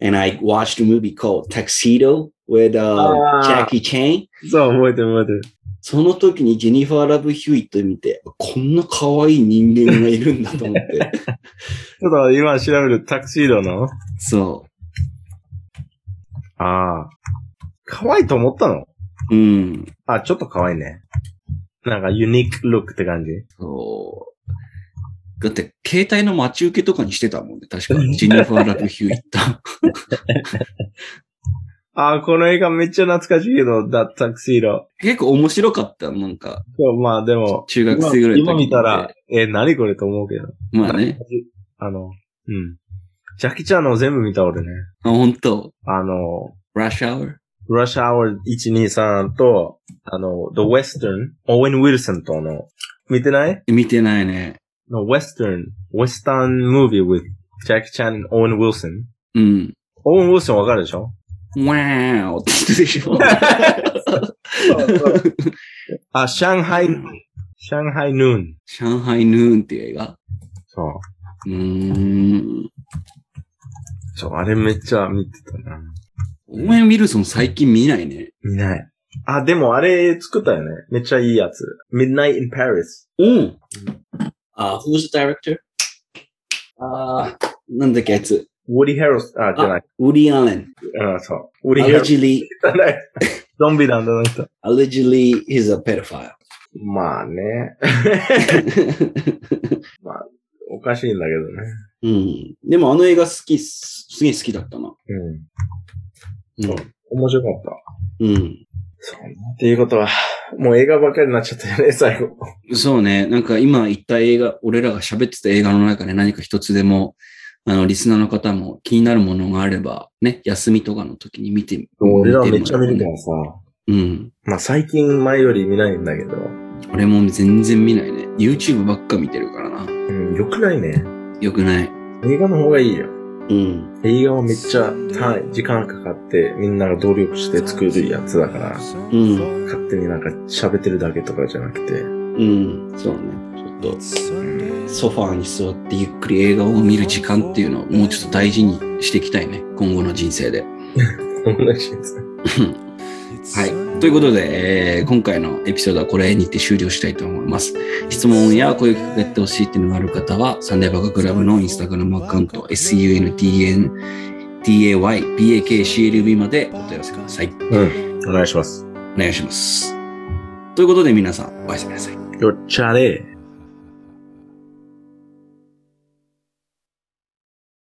and I watched a movie called Tuxedo with、
Ah.
Jackie Chan.
そう、覚えてる覚えてる。
その時にジェニファー・ラブ・ヒューイット見て、こんな可愛い人間がいるんだと思って。
ちょっと今調べるタクシードの
そ
ああ。可愛いと思ったの
う。うん。
あ、ちょっと可愛いね。なんかユニークルックって感じ。
そう。だって、携帯の待ち受けとかにしてたもんね。確かに。ジェニファー・ラブ・ヒューイット。
ああ、この映画めっちゃ懐かしいけど、だ、タクシード。
結構面白かった。なんか、
そう、まあでも、
中学生ぐらいの時
今今
に
見たら、え、何これと思うけど。
まあね。
あの、うん。ジャッキーチャンの全部見た俺ね。
あ、本当
あの、
ラッシュアワー
ラッシュアワー123と、あの、The Western、オーウェン・ウィルソンとの、見てない
見てないね。
の Western、Western movie with Jackie Chan and Owen Wilson。
うん。
オーウェン・ウィルソンわかるでしょ
わーおって言ってるでし ょ。
あ、上海、上海ヌーン。
上海ヌーンっていう映画。
そう。
うーん。
そう、あれめっちゃ見てたな。
オーエン・ウィルソン最近見ないね。
見ない。あ、でもあれ作ったよね。めっちゃいいやつ。Midnight in Paris。
うん。あ、who's the director? あーなんだっけ、あいつ。
Woody Harrelson、あ、じゃない。
ウディ・アレン。
うん、そう。Woody Harrelson
Allegedly,
じゃない。 ゾンビなんだ、あの人。
allegedly, he's a pedophile.
まあね。おかしいんだけどね。
うん。でもあの映画好きっす、すげえ好きだったな。うん。
うん。面白かった。
うん。
そうね。っていうことは、もう映画ばっかりになっちゃったよね、 最後。
そうね。なんか今言った映画、俺らが喋ってた映画の中で何か一つでも、あの、リスナーの方も気になるものがあれば、ね、休みとかの時に見て、
俺ら
見て
めっ
も
ちゃ見
らえ
る
ば
か
ね
らさ。
うん。
まあ最近前より見ないんだけど。
俺も全然見ないね。YouTube ばっか見てるからな。
うん、よくないね。
よくない。
映画の方がいいよ。
うん。
映画はめっちゃ単位、時間かかってみんなが努力して作るやつだから、
うん。
勝手になんか喋ってるだけとかじゃなくて、
うん。そうね。ちょっと、ソファーに座ってゆっくり映画を見る時間っていうのをもうちょっと大事にしていきたいね。今後の人生で。
同じやつ。
はい。ということで、えー今回のエピソードはこれにて終了したいと思います。質問や声をかけてほしいっていうのがある方は、サンデーバカクラブのインスタグラムアカウント、sundn、day, bakclb までお問い合わせください。
うん。お願いします。
お願いします。ということで皆さん、おやすみなさい。
よっちゃれー。